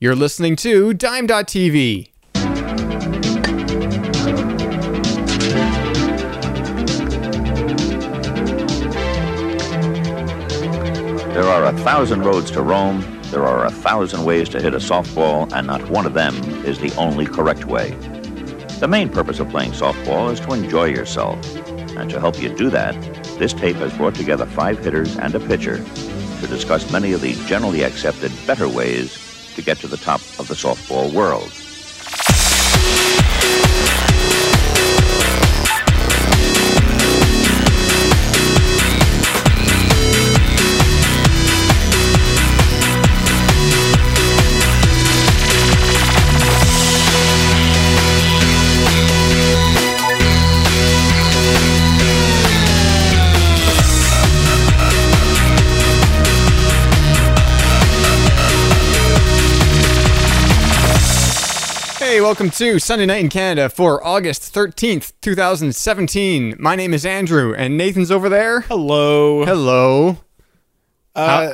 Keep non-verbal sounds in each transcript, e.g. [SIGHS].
You're listening to Dime.tv. There are a thousand roads to Rome. There are a thousand ways to hit a softball, and not one of them is the only correct way. The main purpose of playing softball is to enjoy yourself. And to help you do that, this tape has brought together five hitters and a pitcher to discuss many of the generally accepted better ways to get to the top of the softball world. Hey, welcome to Sunday Night in Canada for August 13th, 2017. My name is Andrew, and Nathan's over there. Hello. Hello. Uh,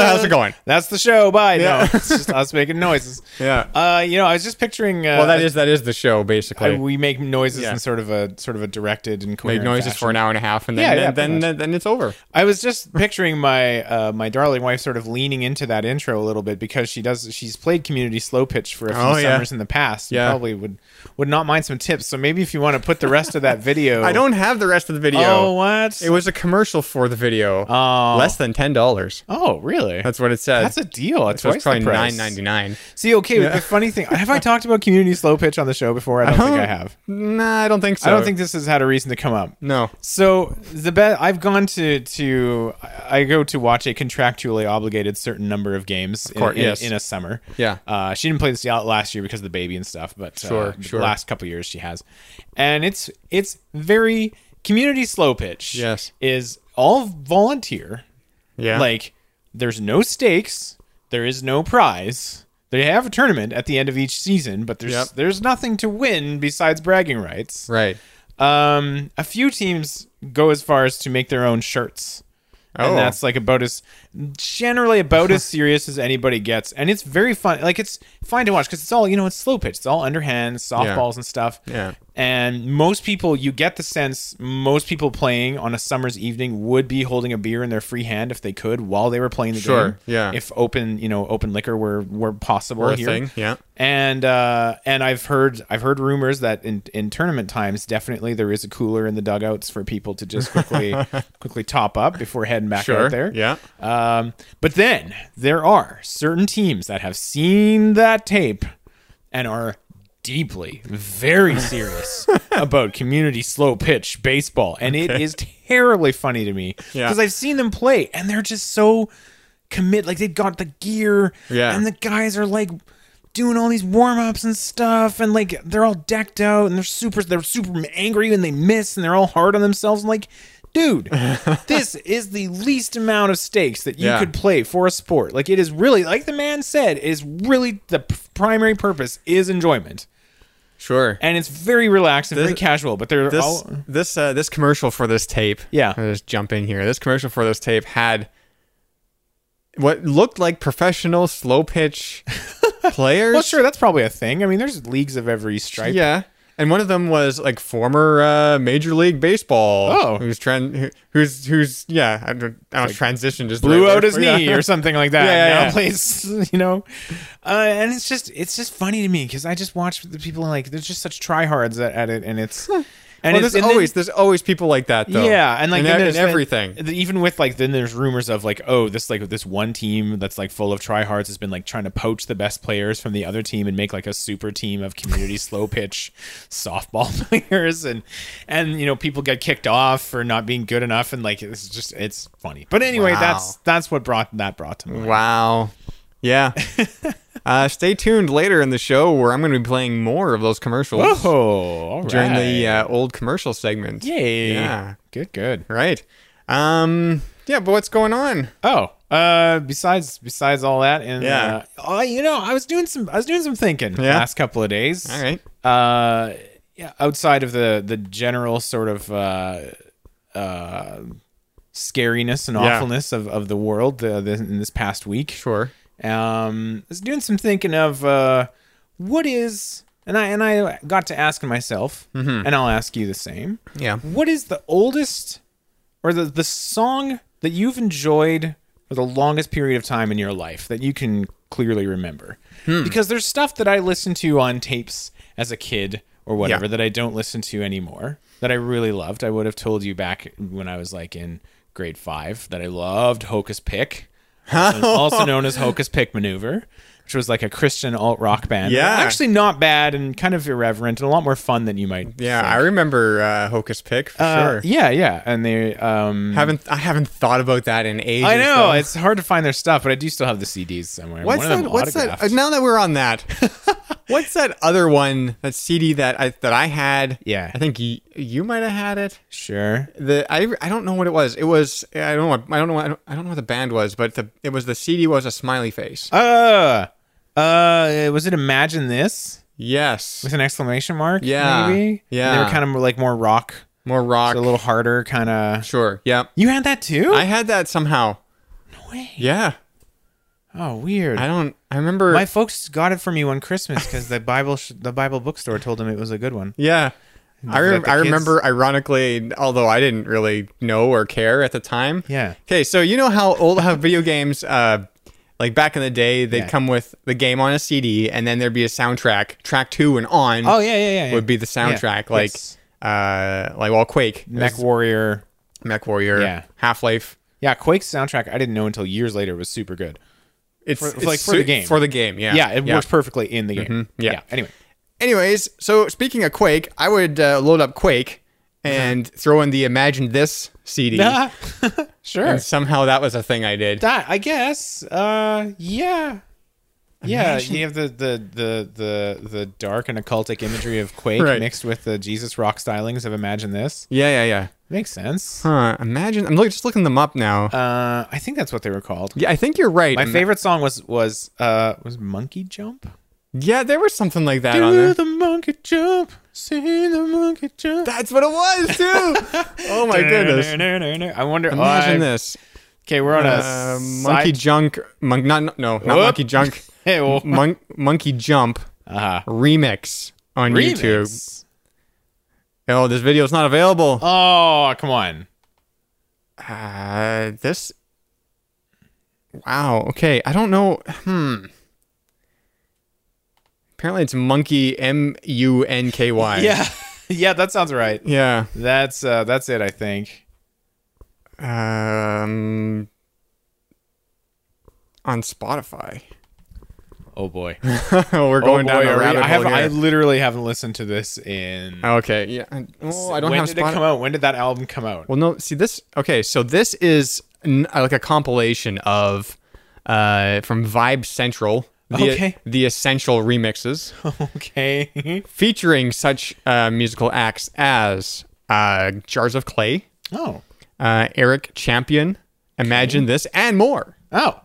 How's it going? [LAUGHS] That's the show. Bye. Yeah. No, it's just us making noises. [LAUGHS] Yeah. Uh, you know, I was just picturing. Uh, Well, that is that is the show I- basically. we make noises Yeah. in sort of a sort of a directed and Make coherent noises fashion. for an hour and a half, and then Yeah, yeah, then, pretty then, then it's over. I was just [LAUGHS] picturing my uh, my darling wife sort of leaning into that intro a little bit because she does she's played community slow pitch for a few Oh, yeah. summers in the past. Yeah. You probably would would not mind some tips. So maybe if you want to put the rest of that [LAUGHS] video, I don't have the rest of the video. Oh what? It was a commercial for the video. Oh. Less than ten dollars. oh really? That's what it said. That's a deal. It's so it's twice probably the price. nine ninety nine. See, okay, the funny thing, have I talked about community slow pitch on the show before? I don't think I have. Nah, I don't think so. I don't think this has had a reason to come up. Uh-huh. No. So the bet I've gone to to I go to watch a contractually obligated certain number of games in- course, in, yes. in a summer. Yeah. uh, she didn't play this out last year because of the baby and stuff, but Sure, uh, the sure. last couple years she has, and it's it's very community slow pitch. Yes. is all volunteer. Yeah. Like there's no stakes, there is no prize. They have a tournament at the end of each season, but there's Yep. there's nothing to win besides bragging rights. right. Um, a few teams go as far as to make their own shirts. Oh. And that's like about as generally [LAUGHS] about as serious as anybody gets, and it's very fun. Like it's fine to watch because it's all you know, it's slow pitch, it's all underhand softballs and stuff. Yeah. And most people, you get the sense most people playing on a summer's evening would be holding a beer in their free hand if they could while they were playing the Sure, game. yeah. If open, you know, open liquor were were possible Or a here thing, yeah. and uh, and I've heard I've heard rumors that in, in tournament times, definitely there is a cooler in the dugouts for people to [LAUGHS] just quickly quickly top up before heading back Sure, out there. yeah. Um, but then there are certain teams that have seen that tape and are deeply [LAUGHS] very serious about community slow pitch baseball and it is terribly funny to me because Yeah. i've seen them play and they're just so commit like they've got the gear Yeah. and the guys are like doing all these warm-ups and stuff and like they're all decked out and they're super they're super angry and they miss and they're all hard on themselves I'm like [LAUGHS] dude this is the least amount of stakes that you Yeah. could play for a sport like it is really like the man said it is really the p- primary purpose is enjoyment Sure. and it's very relaxed and very casual but they're this all this uh, this commercial for this tape. Yeah. I'll just jump in here. This commercial for this tape had what looked like professional slow [LAUGHS] pitch players. well sure that's probably a thing i mean there's leagues of every stripe Yeah. And one of them was like former uh, Major League Baseball. Oh. who's tran- who- who's who's yeah? I don't, I don't transition just blew out his knee or something like [LAUGHS] that. Yeah, yeah, now yeah. plays, [LAUGHS] you know, uh, and it's just it's just funny to me because I just watch the people like there's just such tryhards at, at it, and it's and And well, it's there's and then- always there's always people like that though. yeah, and like in, then e- there's in that- everything. th- even with like then there's rumors of like oh this like this one team that's like full of tryhards has been like trying to poach the best players from the other team and make like a super team [LAUGHS] of community slow pitch softball [LAUGHS] players and and you know people get kicked off for not being good enough and like it's just it's funny. But anyway, Wow. that's that's what brought that brought to mind. Wow. [LAUGHS] Yeah. uh, stay tuned later in the show where I'm going to be playing more of those commercials Oh, during the uh, old commercial segment. yay, Yeah. good, good. Right. Um. Yeah, but what's going on? Oh, uh, besides besides all that, and Yeah. uh, oh, you know, I was doing some I was doing some thinking the Yeah? last couple of days. All right. Uh, yeah, outside of the the general sort of uh, uh, scariness and Yeah. awfulness of, of the world uh, this, in this past week, Sure. Um, I was doing some thinking of uh, what is, and I and I got to asking myself, Mm-hmm. and I'll ask you the same. Yeah. What is the oldest, or the the song that you've enjoyed for the longest period of time in your life that you can clearly remember? Hmm. Because there's stuff that I listened to on tapes as a kid or whatever that I don't listen to anymore that I really loved. I would have told you back when I was like in grade five that I loved Hocus Pick [LAUGHS] also- also known as Hocus Pick Maneuver, which was like a Christian alt rock band. Yeah. Actually, not bad and kind of irreverent and a lot more fun than you might. Yeah, I remember uh, Hocus Pick for Uh, sure. Yeah, yeah. And they. Um, Haven't I haven't thought about that in ages. I know. though. It's hard to find their stuff, but I do still have the CDs somewhere. What's One of that? them What's that? uh, autographed. Now that we're on [LAUGHS] that, what's that other one? That CD that I that I had. Yeah. I think you, you might have had it. Sure. The I I don't know what it was. It was I don't know. What, I don't know. What, I, don't, I don't know what the band was, but the it was the CD was a smiley face. Uh, uh, was it Imagine This yes, with an exclamation mark? Yeah, Maybe? yeah. They were kind of like more rock, more rock. a little harder, kind of. Sure. Yeah. You had that too? I had that somehow. No way. Yeah. Oh, weird. I don't. I remember. My folks got it for me one Christmas because the Bible sh- the Bible bookstore told them it was a good one. yeah. I, rem- that the I kids- remember, ironically, although I didn't really know or care at the time. Yeah. Okay, so you know how old how video games, uh, like back in the day, they'd Yeah. come with the game on a CD, and then there'd be a soundtrack. Track two and on Oh yeah, yeah, yeah. yeah. would be the soundtrack, like Yes. uh, like well, Quake, Mech Warrior. Mech Warrior, Yeah. Half Life. Yeah, Quake's soundtrack I didn't know until years later was super good. It's, For- it's like, for su- the game. for the game, yeah, Mm-hmm. Yeah, it works perfectly in the game. yeah. Anyway, Anyways, so speaking of Quake, I would uh, load up Quake Uh-huh. and throw in the Imagine This [LAUGHS] CD. [LAUGHS] sure. And somehow that was a thing I did. That I guess. Uh, yeah. Yeah, you have the, the, the, the, the dark and occultic imagery of Quake Right. mixed with the Jesus rock stylings of Imagine This. Yeah, yeah, yeah. Makes sense. Huh. Imagine. I'm look, just looking them up now. Uh, I think that's what they were called. yeah, I think you're right. My Ima- favorite song was was uh was Monkey Jump. Yeah, there was something like that on Do there. the monkey jump, see the monkey jump. That's what it was [LAUGHS] too. oh my goodness! I wonder. Imagine I- this. Okay, we're on a Uh, monkey monkey. junk. Monk. Not no. Not Whoop. monkey [LAUGHS] junk. Monk. Monkey jump uh, remix on YouTube. remix. Oh, this video is not available. Oh, come on. Uh, this. Wow. Okay. I don't know. Hmm. Apparently, it's monkey. M U N K Y. Yeah, [LAUGHS] yeah, that sounds right. Yeah. That's uh, that's it. I think. Um. On Spotify. [LAUGHS] Oh boy. oh, we're going oh, down boy, a are we- rabbit I hole have. I here. literally haven't listened to this in. okay, yeah. I- Oh, I don't when have did it come Spotify. out? When did that album come out? [LAUGHS] Well, no. See this. Okay, so this is n- uh, like a compilation of, uh, from Vibe Central. The, Okay. The essential remixes okay. featuring such uh, musical acts as uh, Jars of Clay, oh. uh, Eric Champion, Imagine This, and more. Oh.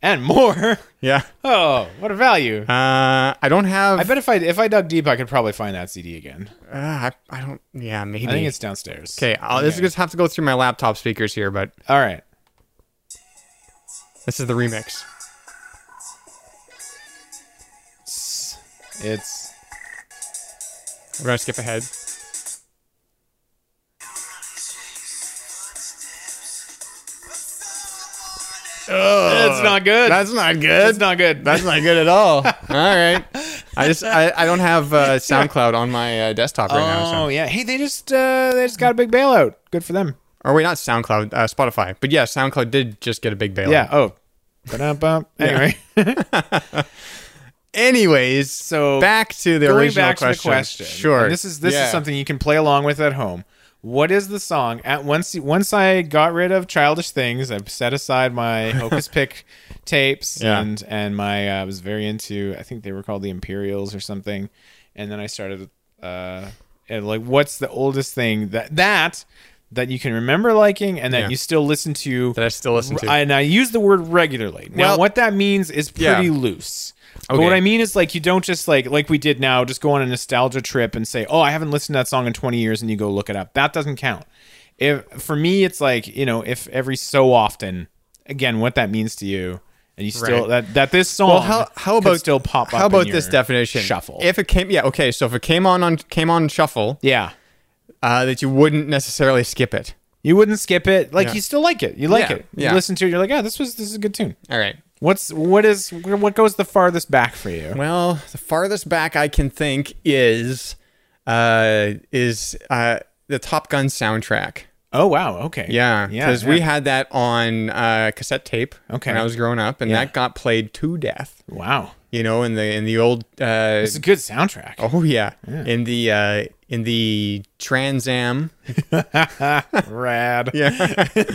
And more. [LAUGHS] Yeah. Oh, what a value. Uh, I don't have. I bet if I if I dug deep, I could probably find that CD again. Uh, I, I don't. Yeah, maybe. I think it's downstairs. okay. I'll, This is just have to go through my laptop speakers here, but All right. this is the remix. It's, it's We're gonna skip ahead. it's not good. That's not good. it's not good. That's not good at all. [LAUGHS] all right. I just I, I don't have [LAUGHS] uh, SoundCloud on my uh, desktop right now. oh So. yeah. Hey, they just uh, they just got a big bailout. Good for them. Or wait, not SoundCloud, uh, Spotify. But yeah, SoundCloud did just get a big bailout. Yeah. Oh. Ba-dum-bum. Anyway, [LAUGHS] Anyways, So, back to the going original back to the question. question. Sure. And this is this Yeah. is something you can play along with at home. What is the song? At once once I got rid of childish things, I set [LAUGHS] aside my Hocus Pick tapes Yeah. and and my uh, I was very into I think they were called the Imperials or something, and then I started uh and like what's the oldest thing that that that you can remember liking and that Yeah. you still listen to that I still listen to. and I use the word regularly. Now, Well- what that means is pretty Yeah. loose. But Okay. what I mean is like you don't just like like we did now just go on a nostalgia trip and say, "Oh, I haven't listened to that song in 20 years," and you go look it up. That doesn't count. If for me, it's like you know, if every so often, again, what that means to you and you still Right. that that this song Well, how how could about still pop up How in about your this definition? shuffle If it came, yeah, okay. So if it came on on came on shuffle, yeah uh, that you wouldn't necessarily skip it. you wouldn't skip it like Yeah. you still like it you like Yeah, it you yeah. listen to it you're like yeah this was this is a good tune All right. what's what is what goes the farthest back for you Well, the farthest back I can think is uh, is uh, the Top Gun soundtrack. oh wow okay Yeah, yeah because we had that on uh, cassette tape Okay. when I was growing up, and Yeah. that got played to death. wow You know, in the in the old uh, it's a good soundtrack oh yeah, in the uh, in the Trans Am. [LAUGHS] rad Yeah.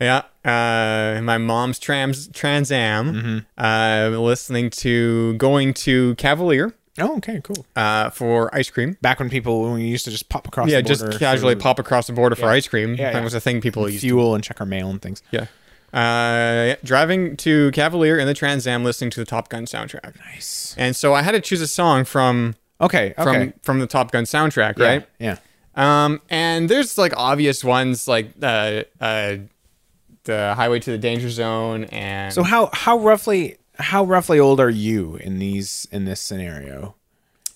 yeah. Uh, my mom's trams, Trans Am, Mm-hmm. uh, listening to going to Cavalier oh okay cool uh, for ice cream. back when people when we used to just pop across Yeah, the just border casually for pop across the border for ice cream. Yeah, yeah. That was a thing people used. to- fuel and check our mail and things yeah. Uh, driving to Cavalier in the Trans Am, listening to the Top Gun soundtrack. nice And so I had to choose a song from okay okay from from the Top Gun soundtrack, Yeah, right? yeah Um, and there's like obvious ones like uh, uh, the Highway to the Danger Zone and So how how roughly how roughly old are you in these in this scenario?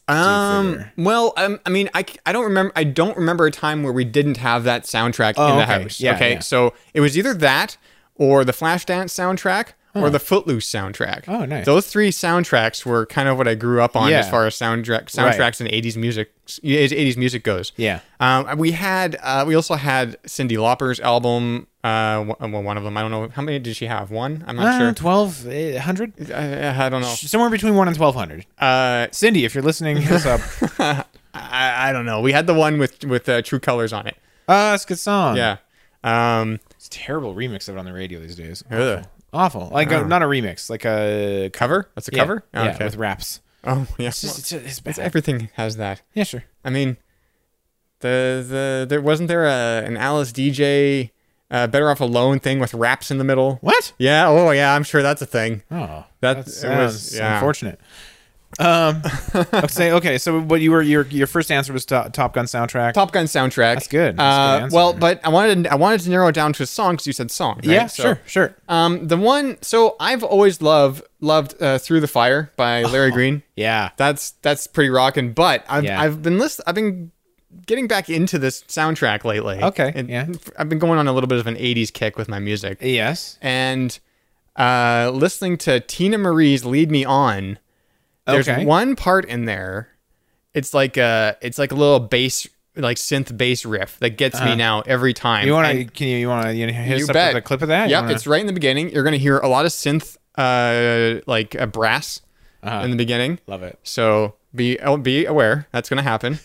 um. figure? Well, um, I mean, I, c- I don't remember I don't remember a time where we didn't have that soundtrack Oh, in the okay. house. Yeah, okay, yeah. so it was either that or the Flashdance soundtrack. Or the Footloose soundtrack. Oh, nice. Those three soundtracks were kind of what I grew up on as Yeah. far as soundtrack soundtracks and '80s music, '80s music goes. Yeah. Um, we had uh, we also had Cindy Lauper's album. Uh, one, well, one of them. I don't know how many did she have. One. I'm not Uh, sure. twelve hundred, I, I don't know. somewhere between one and twelve hundred. Uh, Cindy, if you're listening, hit us [LAUGHS] up. I, I don't know. We had the one with with uh, True Colors on it. Ah, it's a good song. Yeah. Um, it's a terrible remix of it on the radio these days. Ugh. Awful, Awful. like a, not a remix, like a cover. That's a yeah, cover. Yeah, okay. with raps. oh [LAUGHS] yeah. It's just, it's, it's bad. Everything has that. yeah, sure. I mean, the the there wasn't there a, an Alice DJ uh, Better Off Alone thing with raps in the middle. What? Yeah. Oh yeah. I'm sure that's a thing. Oh, That- it that, was- sounds yeah. unfortunate. Um, [LAUGHS] okay, okay. So, what you were your your first answer was Top, Top Gun soundtrack. Top Gun soundtrack. That's good. That's a Uh, good answer. well, but I wanted I wanted to narrow it down to a song because you said song. right? yeah, So, sure, sure. Um, the one. So I've always loved loved uh, "Through the Fire" by [LAUGHS] Larry Green. Yeah, That's that's pretty rocking. But I've Yeah. I've been list I've been getting back into this soundtrack lately. Okay, And yeah. I've been going on a little bit of an '80s kick with my music Yes. and uh, listening to Tina Marie's "Lead Me On." There's Okay. one part in there. It's like a it's like a little bass like synth bass riff that gets me now every time. Uh-huh. You want to? And Can you? You want to? You know, hit you us up bet with a clip of that? You Yep, wanna- it's right in the beginning. You're gonna hear a lot of synth, uh, like uh, brass Uh-huh. in the beginning. love it. So be oh, be aware that's gonna happen.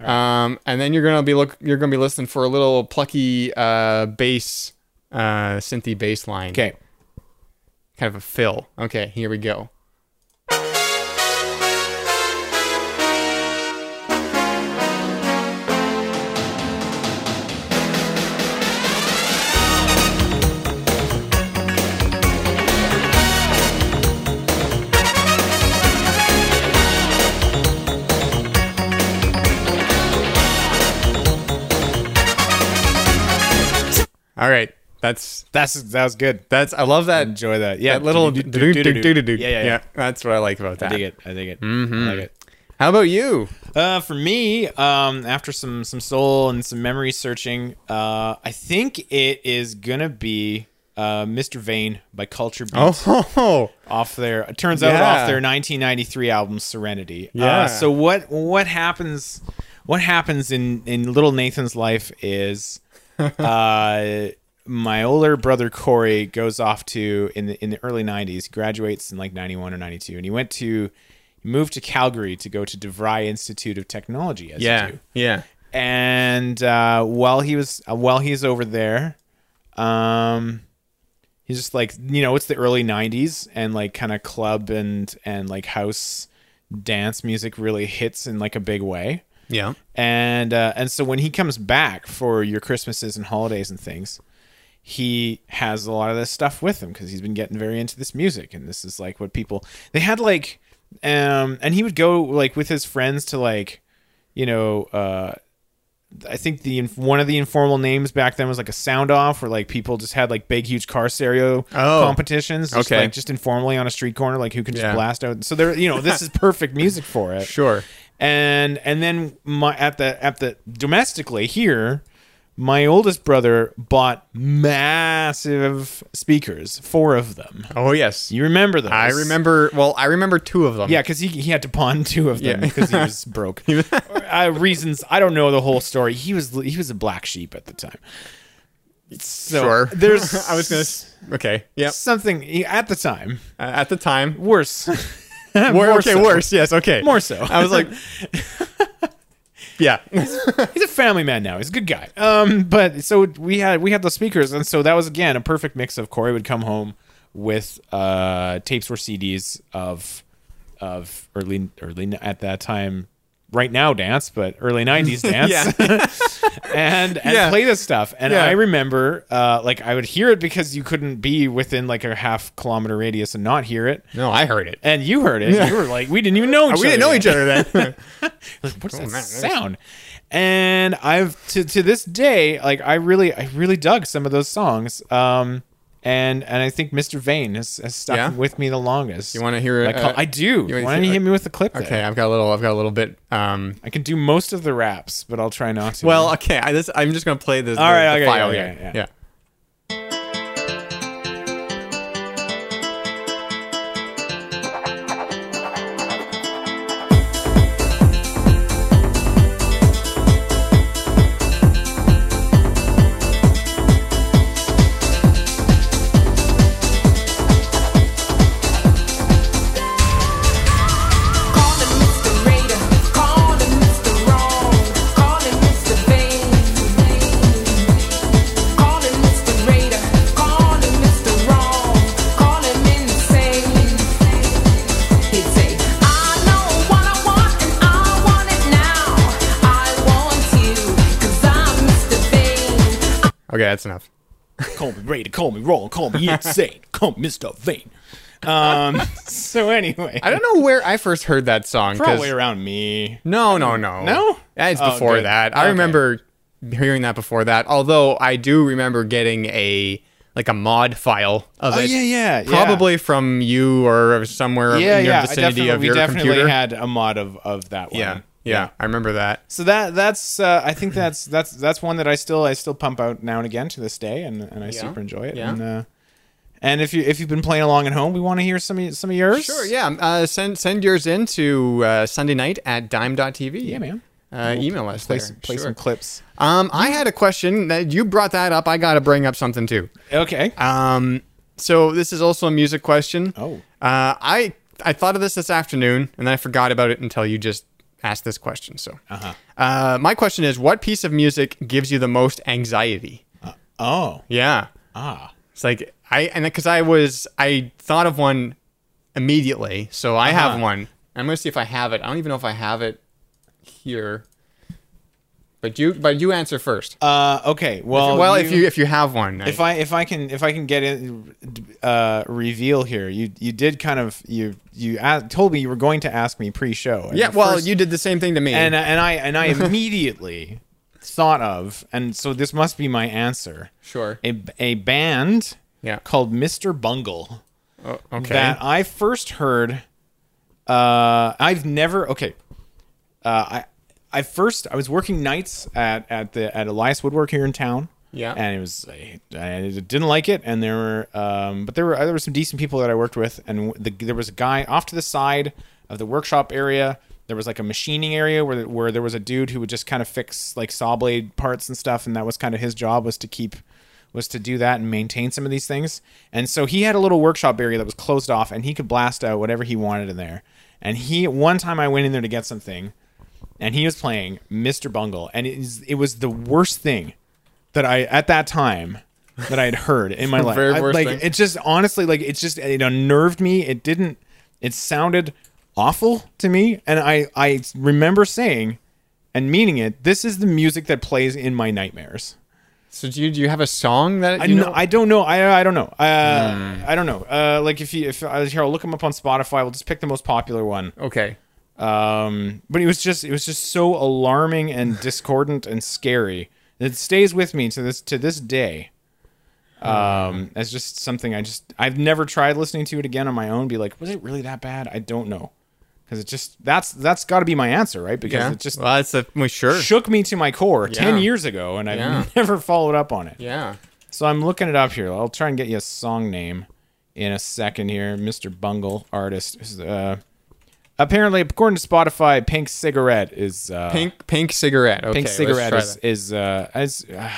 Um, and then you're gonna be look you're gonna be listening for a little plucky uh bass uh synthy bass line. Okay. kind of a fill. Okay, here we go. All right, that's That's that was good. that's I love that Enjoy that. Yeah. that little do- do, do- do- do- do- do. Yeah, Yeah, yeah, yeah, Mm-hmm. yeah. That's what I like about I that. dig it. I dig it. I like it. How about you? Uh, for me, um, after some some soul and some memory searching, uh, I think it is gonna be uh, Mr. Vane by Culture Beat Oh, off their. It turns out Yeah. off their 1993 album Serenity. Yeah. Uh, so what what happens? What happens in in little Nathan's life [LAUGHS] is. uh, my older brother Corey goes off to in the in the early '90s. He graduates in like '91 or '92, and he went to he moved to Calgary to go to DeVry Institute of Technology. As you do. yeah. And uh, while he was uh, while he's over there, um, he's just like you know it's the early '90s, and like kind of club and and like house dance music really hits in like a big way Yeah. and uh, and so when he comes back for your Christmases and holidays and things, he has a lot of this stuff with him because he's been getting very into this music, and this is like what people they had like, um, and he would go like with his friends to like, you know, uh, I think the inf- one of the informal names back then was like a sound off, where like people just had like big, huge car stereo Oh. competitions. Just, Okay. like just informally on a street corner, like who can just Yeah. blast out. So there, you know, this is perfect music for it [LAUGHS] Sure. and and then my at the at the domestically here my oldest brother bought massive speakers four of them Oh yes. you remember those I remember. Well, I remember two of them. yeah because he, he had to pawn [LAUGHS] two of them Yeah. because he [LAUGHS] was broke uh, reasons i don't know the whole story he was he was a black sheep at the time so sure. there's [LAUGHS] I was gonna. s- Okay. Yep. something at the time Uh, at the time. worse Wor- More okay. so. Worse. Yes. Okay. more so I was [LAUGHS] like. yeah. he's a family man now. He's a good guy. Um, but so we had we had those speakers, and so that was again a perfect mix of Corey would come home with uh tapes or CDs of of early early at that time right now dance but [LAUGHS] early 90s dance [LAUGHS] and and Yeah. play this stuff and Yeah. i remember uh like i would hear it because you couldn't be within like a half kilometer radius and not hear it No, I heard it. and you heard it you were like we didn't even know each Oh, [LAUGHS] we didn't other know yet. each other then. [LAUGHS] What's that Oh, man, there's- sound? And I've to to this day, like I really I really dug some of those songs. Um and and I think Mr. Vane has, has stuck Yeah? with me the longest. You wanna hear, Like, how- uh, I do. you Why wanna don't hear- you hit me with the clip? there? okay, I've got a little. I've got a little bit. Um. I can do most of the raps, but I'll try not to. Well, okay. I this, I'm just gonna play this. All the, right, the okay, file yeah, here. yeah, yeah. yeah. Calling Mr. Raider, calling Mr. Wrong, calling Mr. Vain, calling Mr. Raider, calling Mr. Wrong, calling insane. He'd say, I know what I want and I want it now. I want you 'cause I'm Mr. Vain. Okay, that's enough. call me Ray, call me wrong, call me [LAUGHS] insane, call me Mr. Vane. Um [LAUGHS] so anyway. I don't know where I first heard that song. 'cause- probably around me. No, no, no. No? Yeah, It's Oh, before good. that. I Okay. remember hearing that before that. Although I do remember getting a like a mod file of Oh it. yeah, yeah. yeah. Probably from you or somewhere in your I vicinity of definitely- your we definitely computer. had a mod of, of that one. yeah, yeah, I remember that. So that that's uh, I think that's that's that's one that I still I still pump out now and again to this day, and and I super enjoy it. yeah. And, uh, and if you if you've been playing along at home, we want to hear some of, y- some of yours. Sure, yeah. Uh, send send yours in to uh, Sunday night at dime.tv. yeah, man. Uh, email us Play there. some, play sure. some clips. um, I had a question that you brought that up. I got to bring up something too. Okay. Um, so this is also a music question. Uh, Oh. Uh, I I thought of this this afternoon, and then I forgot about it until you just asked this question. So, uh-huh. my question is, what piece of music gives you the most anxiety? oh. Yeah, Ah. it's like I and because I was I thought of one immediately, so I have Uh-huh. one. I'm gonna see if I have it. I don't even know if I have it here. But you, but you answer first. Uh, okay. Well. well, if you if you have one, if I if I can if I can get in uh, reveal here, you you did kind of you you a told me you were going to ask me pre-show. and yeah, the well, first- you did the same thing to me. and and I [LAUGHS] and I immediately thought of, and so this must be my answer. Sure. A a band Yeah. called Mr. Bungle Oh, okay. that I first heard. Uh, I've never okay. Uh, I I first I was working nights at at the at Elias Woodwork here in town. Yeah. and it was I, I didn't like it, and there were um, but there were there were some decent people that I worked with, and the, there was a guy off to the side of the workshop area. There was like a machining area where where there was a dude who would just kind of fix like saw blade parts and stuff, and that was kind of his job was to keep was to do that and maintain some of these things. And so he had a little workshop area that was closed off and he could blast out whatever he wanted in there. And he one time I went in there to get something and he was playing Mr. Bungle and it, is, it was the worst thing that I at that time that I had heard in my life. [LAUGHS] Very I- worst like thing. it just honestly like it just it unnerved me. It didn't it sounded awful to me and I I remember saying and meaning it, this is the music that plays in my nightmares. So do you, do you have a song that I you know. know? Hmm. I don't know. I I don't know. Uh, I don't know. Uh, like if you if I here, I'll look them up on Spotify. We'll just pick the most popular one. okay. Um, but it was just it was just so [SIGHS] alarming and discordant and scary. It stays with me to this to this day. Hmm. Um, that's just something I just I've never tried listening to it again on my own. Be like, was it really that bad? I don't know, because it just that's that's got to be my answer, right? Because Yeah. it just well, that's a well, sure. shook me to my core ten Yeah. years ago, and I've Yeah. [LAUGHS] never followed up on it. Yeah. So I'm looking it up here. I'll try and get you a song name in a second here. Mr. Bungle, artist. Uh, apparently, according to Spotify, Pink Cigarette is uh, Pink pink cigarette. Okay, Pink let's Cigarette try is, that. is uh, as uh,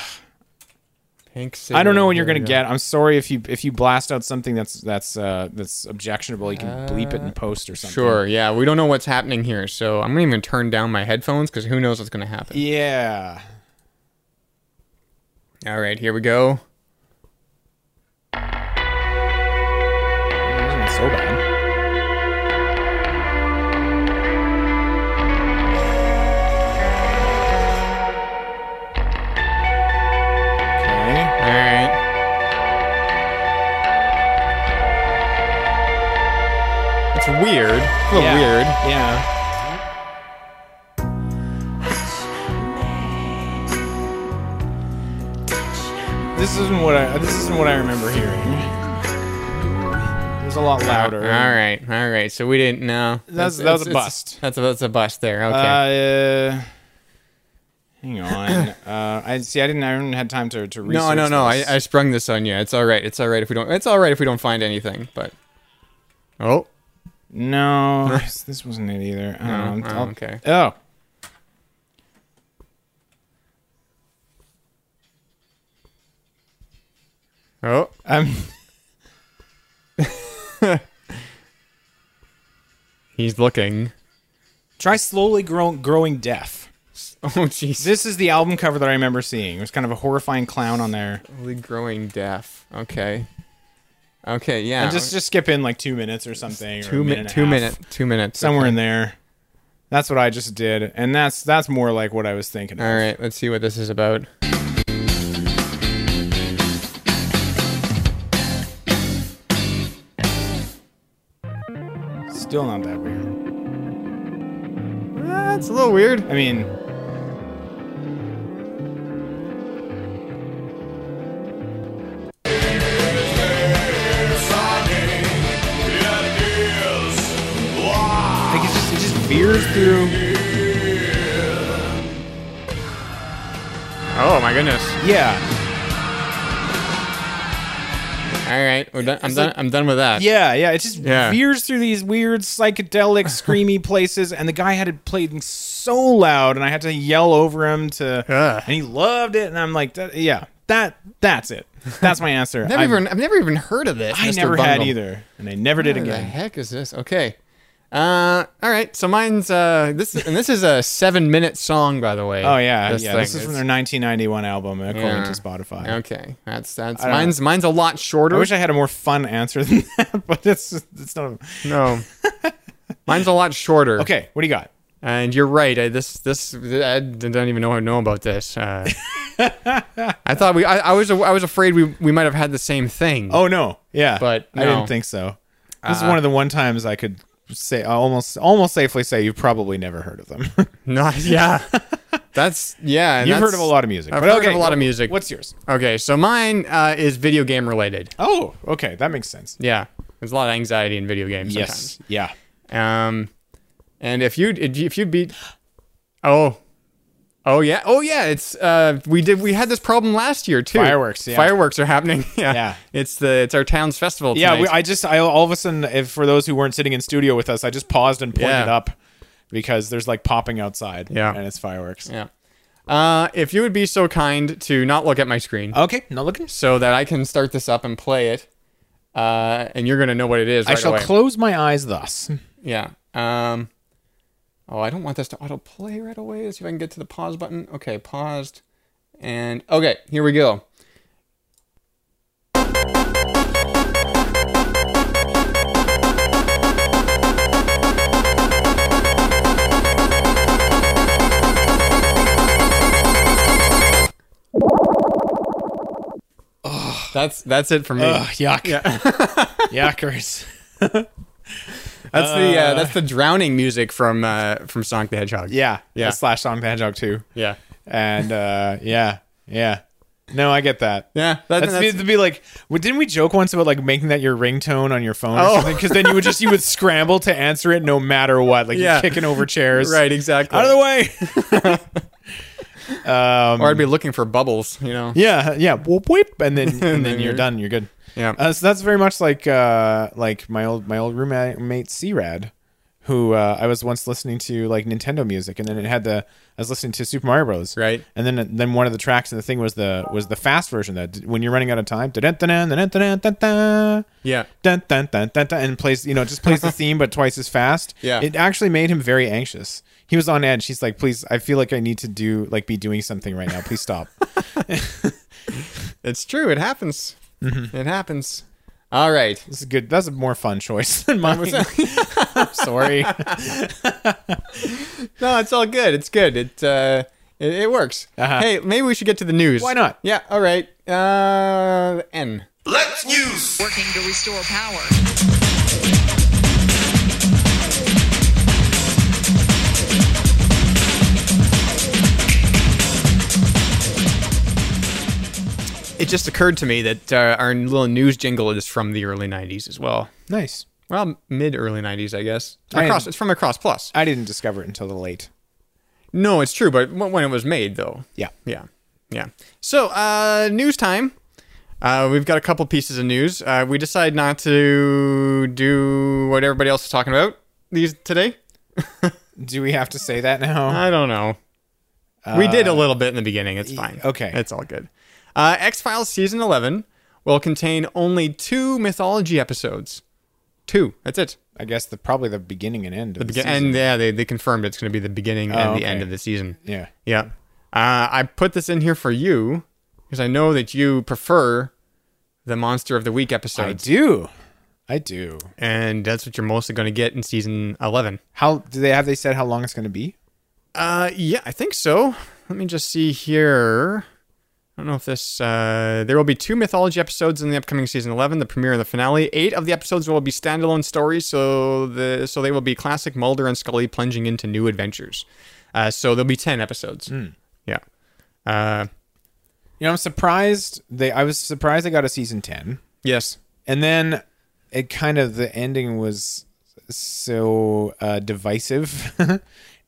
Pink cigarette. I don't know what you're here we gonna go. get. I'm sorry if you if you blast out something that's that's uh, that's objectionable. You can bleep it in post or something. Uh, Sure. Yeah, we don't know what's happening here, so I'm gonna even turn down my headphones because who knows what's gonna happen. Yeah. All right, here we go. It wasn't so bad. Okay. All right. It's weird. It's a little weird. Yeah. This isn't what I. This isn't what I remember hearing. It was a lot louder. All right. All right. So we didn't know. That's- It's- that was it's- a it's- bust. That's a, that's a bust there. Okay. Uh, [COUGHS] hang on. uh, I see. I didn't. I haven't had time to to research. no, no, no. I, this. I sprung this on you. It's all right. It's all right if we don't. It's all right if we don't find anything. But oh, [LAUGHS] no. this- This wasn't it either. Um, oh, I'll- okay. Oh. oh, Um. [LAUGHS] he's looking. Try slowly grow, growing deaf. [LAUGHS] Oh, jeez. This is the album cover that I remember seeing. It was kind of a horrifying clown on there. Slowly growing deaf. Okay. Okay. Yeah. And just just skip in like two minutes or something. or Oh. two a mi- minute and a two half, minute two minutes somewhere okay. in there. That's what I just did, and that's that's more like what I was thinking. All of. right. Let's see what this is about. Still not that weird. That's a little weird. I mean, like it just it just veers through. Oh my goodness. Yeah, All right. We're done. I'm It's done. like- I'm done with that. yeah, yeah. It just Yeah. veers through these weird psychedelic screamy places, and the guy had it played so loud, and I had to yell over him to, Ugh. and he loved it, and I'm like, that, yeah, that that's it. That's my [LAUGHS] answer. Never I'm- even, I've never even heard of it. I Mr. never had Bungle. either, and I never did What the again. heck is this? Okay. Uh, all right. So mine's uh this and this is a seven minute song by the way. Oh yeah, yeah. thing. This is from their It's- 1991 album, according Yeah. to Spotify. Okay, that's that's don't know. mine's mine's a lot shorter. I wish I had a more fun answer than [LAUGHS] that, but it's it's not. [LAUGHS] no. mine's a lot shorter. Okay, what do you got? And you're right. I, this this I don't even know I know about this. [LAUGHS] Uh, I thought we I, I was I was afraid we we might have had the same thing. Oh no, yeah, But I no. Uh, didn't think so. This is one of the one times I could say I almost almost safely say you've probably never heard of them. [LAUGHS] [LAUGHS] not yeah. [LAUGHS] That's yeah. and you've heard that's- of a lot of music. I've but heard okay, of a lot go- of music. What's yours? okay? So mine uh, is video game related. Oh, okay, that makes sense. Yeah, there's a lot of anxiety in video games. Yes, yeah. Sometimes. Um, and if you if you beat, oh, oh yeah, oh yeah, it's uh we did we had this problem last year too. Fireworks, yeah. Fireworks are happening. [LAUGHS] Yeah. Yeah. It's the it's our town's festival. Yeah, we, tonight. I just I all of a sudden, if for those who weren't sitting in studio with us, I just paused and pointed Yeah. up because there's like popping outside. Yeah. and it's fireworks. yeah. Uh, if you would be so kind to not look at my screen Okay, now look at. so that I can start this up and play it, uh, and you're gonna know what it is. I right shall away. close my eyes thus. Yeah. Um. Oh, I don't want this to autoplay right away. Let's see if I can get to the pause button. Okay, paused. And okay, here we go. That's that's it for me. [LAUGHS] Ugh, yuck. Yeah. Yuckers. That's the uh, that's the drowning music from uh, from Sonic the Hedgehog. Yeah, Yeah. that's Slash Sonic the Hedgehog too. yeah, and uh, yeah, yeah. No, I get that. yeah. That, That's, that's- to be like, well, didn't we joke once about like making that your ringtone on your phone? Oh. Oh, because then you would just you would scramble to answer it no matter what. Like Yeah. you're kicking over chairs, right. Exactly. Out of the way. um, or I'd be looking for bubbles. You know. yeah, yeah. Whoop, whoop, and [LAUGHS] then and, then, then you're, you're- done. You're good. Yeah. Uh, so that's very much like uh, like my old my old roommate mate C-Rad, who uh, I was once listening to like Nintendo music, and then it had the I was listening to Super Mario Bros. Right. and then then one of the tracks in the thing was the was the fast version that d- when you're running out of time, dun dun dun dun dun dun Yeah. dun dun dun dun dun, and plays you know [LAUGHS] just plays the theme but twice as fast. Yeah. it actually made him very anxious. He was on edge. He's like, "Please, I feel like I need to do like be doing something right now. [LAUGHS] Please stop." It's true. It happens. It happens. All right. This is good. That's a more fun choice [LAUGHS] than mine. [LAUGHS] I'm sorry. No, it's all good. It's good. It uh, it, it works. Uh-huh. Hey, maybe we should get to the news. Why not? Yeah. All right. Uh, N. Let's use. working to restore power. It just occurred to me that uh, our little news jingle is from the early '90s as well. Nice. Well, mid early '90s, I guess. I- Across, it's from Across Plus. I didn't discover it until the late. No, it's true, but w- when it was made, though. Yeah. Yeah. Yeah. So, uh, news time. Uh, we've got a couple pieces of news. Uh, we decide not to do what everybody else is talking about these today. Do we have to say that now? I don't know. we did a little bit in the beginning. It's fine. okay. It's all good. Uh, X Files season 11 will contain only two mythology episodes. Two. That's it. I guess the probably the beginning and end. Of the, Begin- season. and yeah, they, they confirmed it's going to be the beginning and the okay. end of the season. Yeah. Yeah. Uh, I put this in here for you because I know that you prefer the Monster of the Week I episodes. do. I do. And that's what you're mostly going to get in season 11. How do they have they said how long it's going to be? Uh, yeah, I think so. Let me just see here. I don't know if this. Uh, there will be two mythology episodes in the upcoming season 11, the premiere and the finale. Eight of the episodes will be standalone stories, so the so they will be classic Mulder and Scully plunging into new adventures. Uh, so there'll be 10 episodes. Hmm. Yeah. Uh, You know, I'm surprised they I was surprised they got a season 10. yes. And then it kind of the ending was so uh, divisive. [LAUGHS] and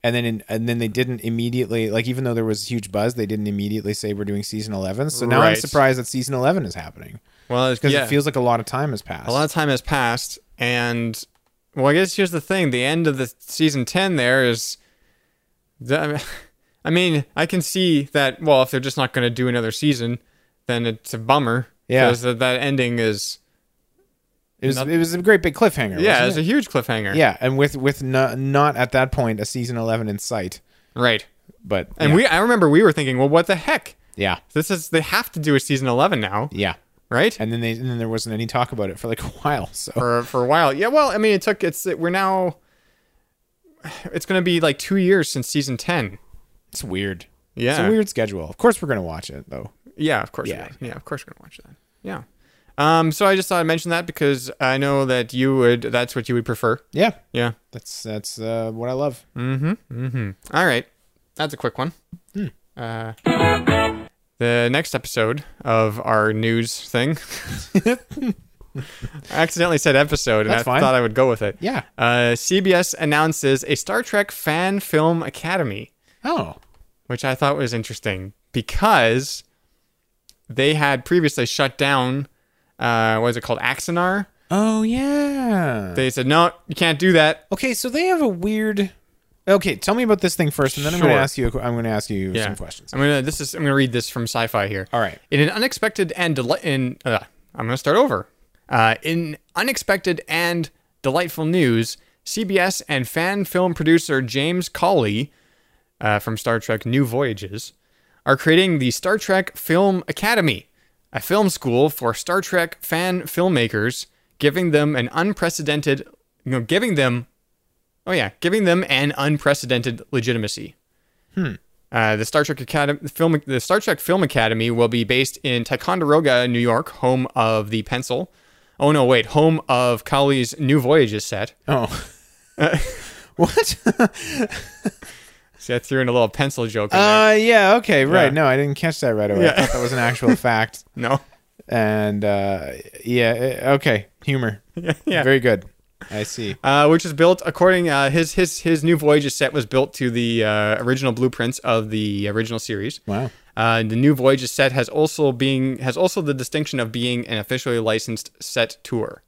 then in, and then they didn't immediately like even though there was huge buzz, they didn't immediately say we're doing season 11. So now I'm Right. surprised that season 11 is happening Well, because yeah. it feels like a lot of time has passed. a lot of time has passed and well i guess here's the thing the end of the season 10 there is the- [LAUGHS] i mean i can see that well if they're just not going to do another season then it's a bummer Yeah. because that, that ending is it was it was a great big cliffhanger. yeah it's wasn't a it? huge cliffhanger yeah, and with with no, not at that point a season 11 in sight, right but and yeah. we i remember we were thinking well what the heck yeah. this is they have to do a season 11 now Yeah. right And then they and then there wasn't any talk about it for like [LAUGHS] a while. So for for a while yeah well i mean it took it's we're now [SIGHS] it's going to be like two years since season 10 It's weird. yeah It's a weird schedule. Of course, we're gonna watch it though. Yeah, of course. Yeah. Yeah, yeah, of course we're gonna watch that. Yeah. Um, so I just thought I'd mention that because I know that you would. That's what you would prefer. Yeah, Yeah. that's that's uh, what I love. All right. That's a quick one. Hmm. Uh, the next episode of our news [LAUGHS] thing. I accidentally said episode, and That's I fine. thought I would go with it. Yeah. Uh, CBS announces a Star Trek Fan Film Academy. Oh, which I thought was interesting because they had previously shut down. Uh, what is it called? Axonar. oh yeah. They said no, you can't do that. okay, so they have a weird. Okay, tell me about this thing first, and then I'm gonna Sure. ask you. I'm gonna ask you some questions. I'm gonna. This is. I'm gonna read this from Sci-Fi here. All right. In an unexpected and deli- in. Uh, I'm gonna start over. Uh, in unexpected and delightful news, CBS and fan film producer James Cawley uh, from Star Trek New Voyages are creating the Star Trek Film Academy, a film school for Star Trek fan filmmakers, giving them an unprecedented, you know, giving them, oh yeah, giving them an unprecedented legitimacy. Uh, the Star Trek Academy, film, the Star Trek Film Academy will be based in Ticonderoga, New York, home of the pencil, Oh no, wait, home of Kali's New Voyages set. [LAUGHS] Oh. what? See, I threw in a little pencil joke. In there. uh, yeah, okay, right. Yeah. No, I didn't catch that right away. I Yeah. thought that was [LAUGHS] an actual fact. No, And uh, yeah, eh, okay, humor. [LAUGHS] yeah. Very good. I see. uh, which is built according uh, his his his New Voyages set was built to the uh, original blueprints of the original series. Wow. Uh, the New Voyages set has also being has also the distinction of being an officially licensed set tour.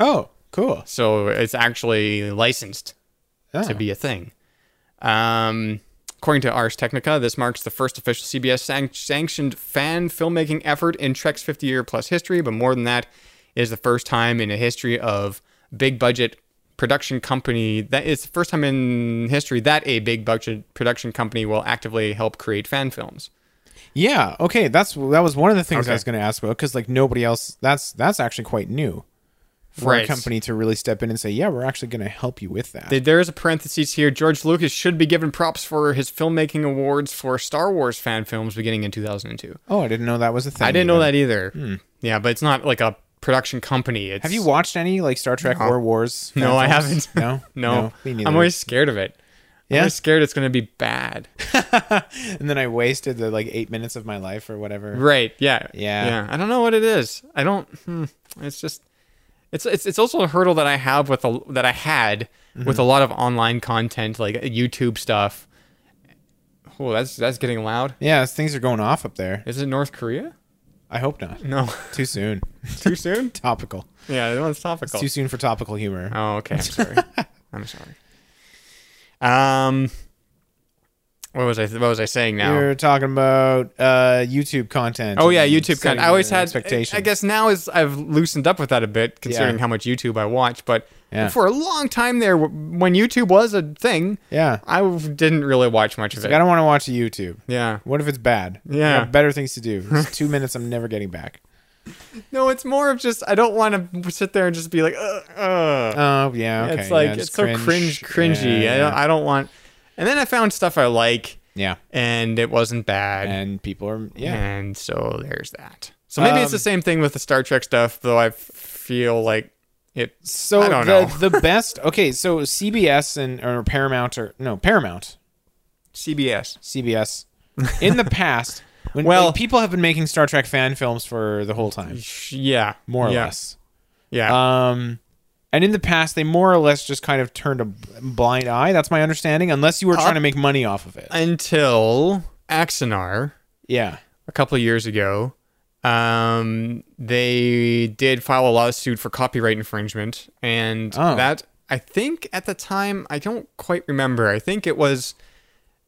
Oh, cool. So it's actually licensed Oh. to be a thing. Um, according to Ars Technica, this marks the first official CBS sanc- sanctioned fan filmmaking effort in Trek's 50 year plus history, but more than that, it is the first time in a history of big budget production company that is the first time in history that a big budget production company will actively help create fan films. Yeah. Okay. That's that was one of the things I Okay. was going to ask about because like nobody else. That's that's actually quite new for a Right. company to really step in and say, yeah, we're actually going to help you with that. Th- There is a parenthesis here. George Lucas should be given props for his filmmaking awards for Star Wars fan films beginning in 2002. oh, I didn't know that was a thing. I didn't know either. Hmm. that either. Yeah, but it's not like a production company. It's Have you watched any like Star Trek or Wars? No, I films? haven't. No, [LAUGHS] No, me neither. I'm always scared of it. I'm Yeah? always scared it's going to be bad. and then I wasted the like eight minutes of my life or whatever. right? Yeah. Yeah. Yeah. I don't know what it is. I don't. Hmm, it's just. It's, it's, it's also a hurdle that I have with a, that I had Mm-hmm. with a lot of online content like YouTube stuff. Oh, that's that's getting loud. Yeah, as things are going off up there. Is it North Korea? I hope not. No, Too soon. [LAUGHS] too soon. topical. [LAUGHS] Yeah, that one's topical. Too soon for topical humor. Oh, okay. I'm [LAUGHS] sorry. I'm sorry. Um, what was I? What was I saying now? You're talking about uh, YouTube content. oh yeah, and YouTube setting content. I always your had expectations. I guess now is I've loosened up with that a bit, considering Yeah. how much YouTube I watch. But Yeah. for a long time there, w- when YouTube was a thing, Yeah. I w- didn't really watch much of it. I don't want to watch YouTube. yeah. What if it's bad? I Yeah. got better things to do. [LAUGHS] It's two minutes I'm never getting back. No, it's more of just I don't want to sit there and just be like, uh, uh. Oh yeah, okay. it's like yeah, it's, so cringe, cringy. Yeah, I don't, yeah. I don't want. And then I found stuff I like, yeah. and it wasn't bad. And people are yeah. And so there's that. So maybe it's the Um, same thing with the Star Trek stuff, though I f- feel like it. So I don't the know. [LAUGHS] the best. Okay, so CBS and or Paramount or no Paramount CBS. CBS in [LAUGHS] the past. When, Well- like, people have been making Star Trek fan films for the whole time, Yeah. more or yeah. less. Yeah. Um, and in the past, they more or less just kind of turned a blind eye. That's my understanding, Uh, unless you were trying to make money off of it. Until Axonar Yeah. a couple of years ago, um, they did file a lawsuit for copyright infringement. And Oh. that, I think at the time, I don't quite remember. I think it was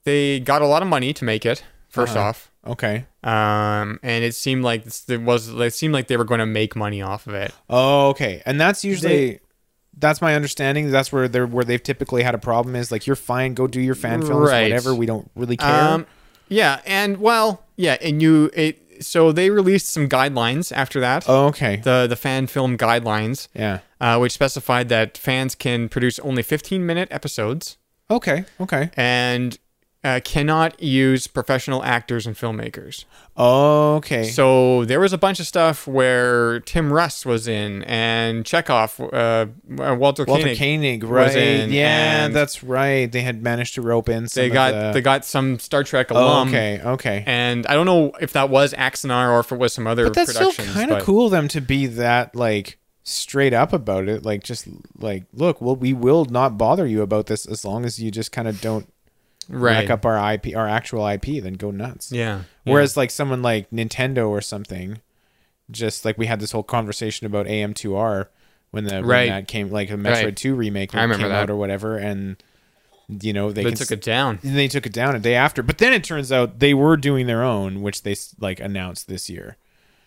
they got a lot of money to make it, 1st Uh-huh. off. Okay. um, and it seemed like this- there was it seemed like they were going to make money off of it. Oh, okay. And that's usually that's my understanding. That's where they're where they've typically had a problem is like you're fine, go do your fan films, Right. whatever. We don't really care. Um, yeah, and well, yeah, and you it so they released some guidelines after that. oh, okay. The the fan film guidelines, yeah. uh, which specified that fans can produce only 15 minute episodes Okay. Okay. and uh, cannot use professional actors and filmmakers. Okay. So there was a bunch of stuff where Tim Russ was in and Chekhov, uh, Walter, Walter Koenig Koenig, was right? in, yeah, and- that's right. They had managed to rope in. Some they of got the, they got some Star Trek Oh, alum. okay. Okay. And I don't know if that was Axonar or if it was some other but that's still productions. kind of but- cool of them to be that like straight up about it. Like just like look, well, we will not bother you about this as long as you just kind of don't Right. rack up our IP, our actual IP, then go nuts. Yeah. Whereas like someone like Nintendo or something, just like we had this whole conversation about AM2R when the Right. when that came like the Metroid Right. 2 remake I remember came that. out or whatever and you know they, they can took s- it down. and they took it down a day after. But then it turns out they were doing their own which they s- like announced this year.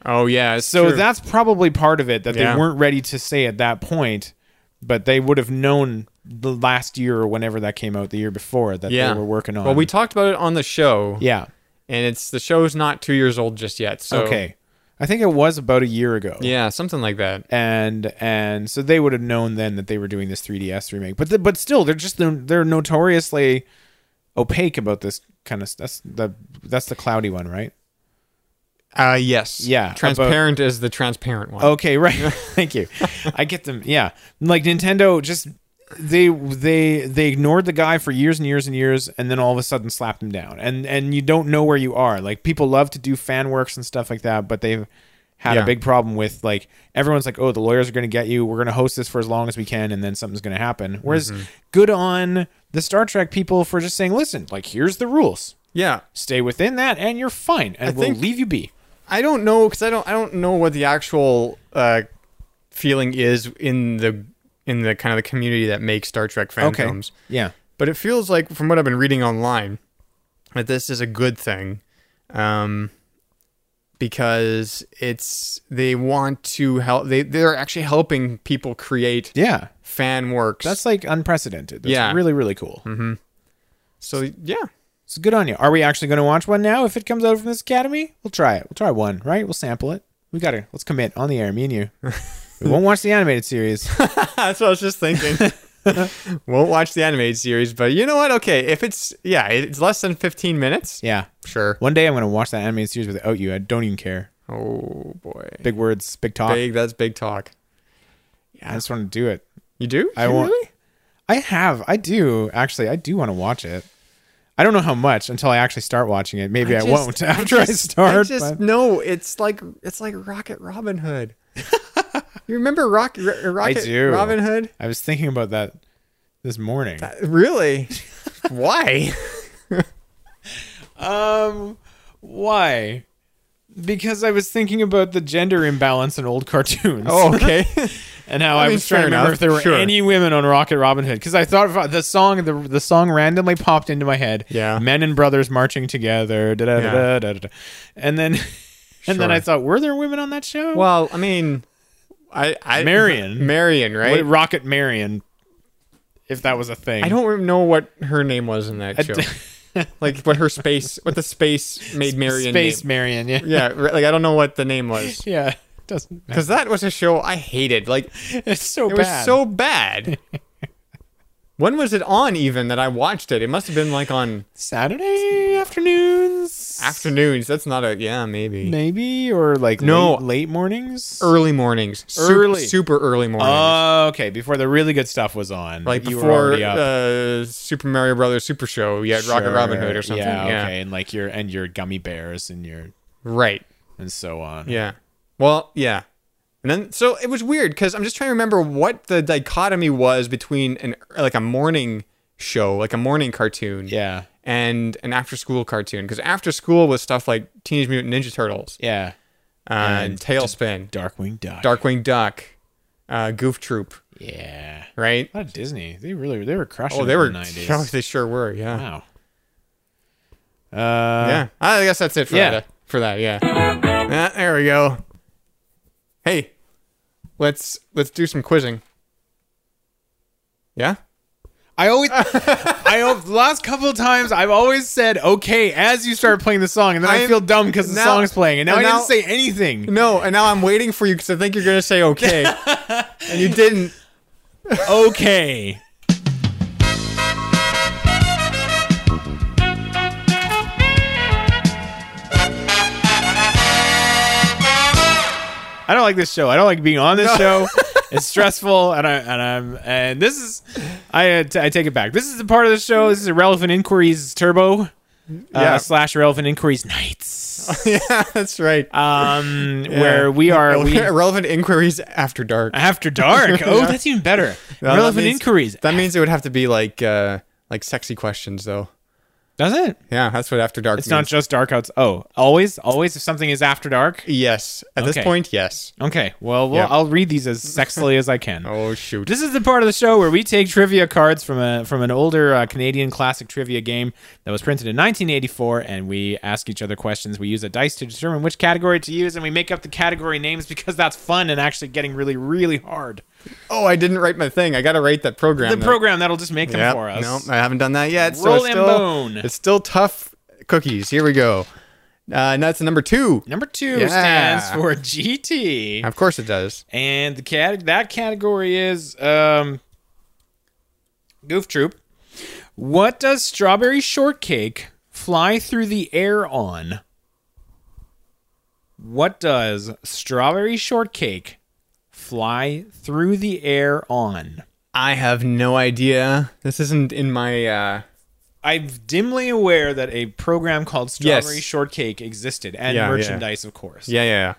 Oh yeah. it's So true. that's probably part of it that Yeah. they weren't ready to say at that point, but they would have known the last year or whenever that came out the year before that yeah they were working on. Well, we talked about it on the show. yeah. And it's the show's not two years old just yet. So Okay. I think it was about a year ago. Yeah, something like that. and and so they would have known then that they were doing this 3ds remake but the, but still they're just they're notoriously opaque about this kind of stuff that's the that's the cloudy one right Uh, yes. Yeah, about- Oh. Transparent is the transparent one. Okay, [LAUGHS] right. Thank you. I get them. Yeah, like Nintendo just they they they ignored the guy for years and years and years, and then all of a sudden slapped him down, and and you don't know where you are. Like people love to do fan works and stuff like that, but they've had Yeah. a big problem with like everyone's like, oh, the lawyers are going to get you. We're going to host this for as long as we can, and then something's going to happen. Whereas, Mm-hmm. good on the Star Trek people for just saying, listen, like here's the rules. Yeah. Stay within that, and you're fine, and we'll think- leave you be. I don't know because I don't I don't know what the actual uh, feeling is in the in the kind of the community that makes Star Trek fan Okay. films. Yeah. But it feels like from what I've been reading online that this is a good thing, um, because it's they want to help. They they're actually helping people create Yeah. fan works. That's like unprecedented. That's Yeah. Mm-hmm. really, really cool. so yeah. It's good on you. Are we actually going to watch one now? If it comes out from this academy, we'll try it. We'll try one, right? We'll sample it. We got to, let's commit on the air, me [LAUGHS] and you. we won't watch the animated series. [LAUGHS] That's what I was just thinking. [LAUGHS] Won't watch the animated series, but you know what? Okay, if it's yeah, it's less than fifteen minutes. Yeah. Sure. One day I'm going to watch that animated series without you. I don't even care. Oh boy. Big words, big talk. Big that's big talk. I just want to do it. You do? I You won't. really? I have. I do, actually. I do want to watch it. I don't know how much until I actually start watching it. Maybe I, just- won't after I, just- start. I just but- no, it's like it's like Rocket Robin [LAUGHS] Hood. you remember Rock, R- I Rocket do. Robin Hood? I was thinking about that this morning. [LAUGHS] Really? Why? Um, why? Because I was thinking about the gender imbalance in old cartoons. Oh, okay. [LAUGHS] and [LAUGHS] how I, mean, was trying fair to remember enough, if there were sure. any women on Rocket Robin Hood because I thought of- uh, the song the the song randomly popped into my head. Yeah. men and brothers marching together. Da da Yeah. da da da. And then, [LAUGHS] and then Sure. I thought, were there women on that show? well, I mean, I, I Marion. Marion, right? What- Rocket Marion, if that was a thing. I [LAUGHS] don't even know what her name was in that I show. d- [LAUGHS] like what her space, what the space made Marion. Space name. Marion. Yeah. yeah, right, like I don't know what the name was [LAUGHS] Yeah. It [LAUGHS] doesn't. Matter. because that was a show I hated. Like It's so It bad. was so [LAUGHS] bad. when was it on even that I watched it? It must have been like on Saturday afternoons. afternoons. That's not a yeah, maybe. maybe or like No. late, late mornings Early mornings. Sup- Early. Super early mornings. oh okay before the really good stuff was on like you were before already up. uh, Super Mario Brothers Super Show, you had Rocket Sure. Robin Hood or something. yeah, Yeah, okay and like your and your gummy bears and your Right. and so on Yeah. Well, yeah. And then so it was weird because I'm just trying to remember what the dichotomy was between an like a morning show, like a morning cartoon. yeah and an after school cartoon because after school was stuff like Teenage Mutant Ninja Turtles yeah and, And Tailspin, Darkwing Duck Darkwing Duck, uh, Goof Troop, yeah right? a lot of Disney they really they were crushing Oh, it they in were. the 90s Oh, they sure were. Yeah. wow uh Yeah. Ah, I guess that's it for Yeah. that. For that, yeah. Ah, there we go. Hey, let's let's do some quizzing. Yeah. I always, [LAUGHS] I al- the last couple of times I've always said okay as you start playing the song, and then I, I'm- feel dumb because the now- song's playing, and now and I now- didn't say anything. No, and now I'm waiting for you because I think you're gonna say [LAUGHS] okay, and you didn't. [LAUGHS] okay. I don't like this show. I don't like being on this show. [LAUGHS] It's stressful, and I and I'm and this is I uh, t- I take it back. This is the part of the show. This is Irrelevant Inquiries Turbo uh, Yeah. slash Irrelevant Inquiries [LAUGHS] Nights, yeah, that's right. um, where [LAUGHS] we are we irrelevant inquiries after dark. after dark. [LAUGHS] Oh, Yeah. that's even better. No, that Irrelevant means- Inquiries. That means it would have to be like uh like sexy questions though. Does it? Yeah, that's what after dark It's not means. just dark outs. Oh, always, always if something is after dark. yes. At this Okay. point, yes. Okay, well, well Yeah. I'll read these as sexily as I [LAUGHS] can. Oh shoot. This is the part of the show where we take trivia cards from a from an older uh, Canadian classic trivia game that was printed in 1984, and we ask each other questions. We use a dice to determine which category to use, and we make up the category names because that's fun and actually getting really, really hard. oh, I didn't write my thing. I gotta write that program. The then. program that'll just make them Yep. for us. No, I haven't done that yet. so Roll it's and still, bone. It's still tough cookies. Here we go. Uh, and that's number two. Number two Yeah. stands for GT. Of course it does. and the cat that category is um goof troop what does strawberry shortcake fly through the air on What does strawberry shortcake fly through the air on? I have no idea. This isn't in my. Uh, I'm dimly aware that a program called Yes. Strawberry Shortcake existed and Yeah, yeah. merchandise, of course. yeah, yeah,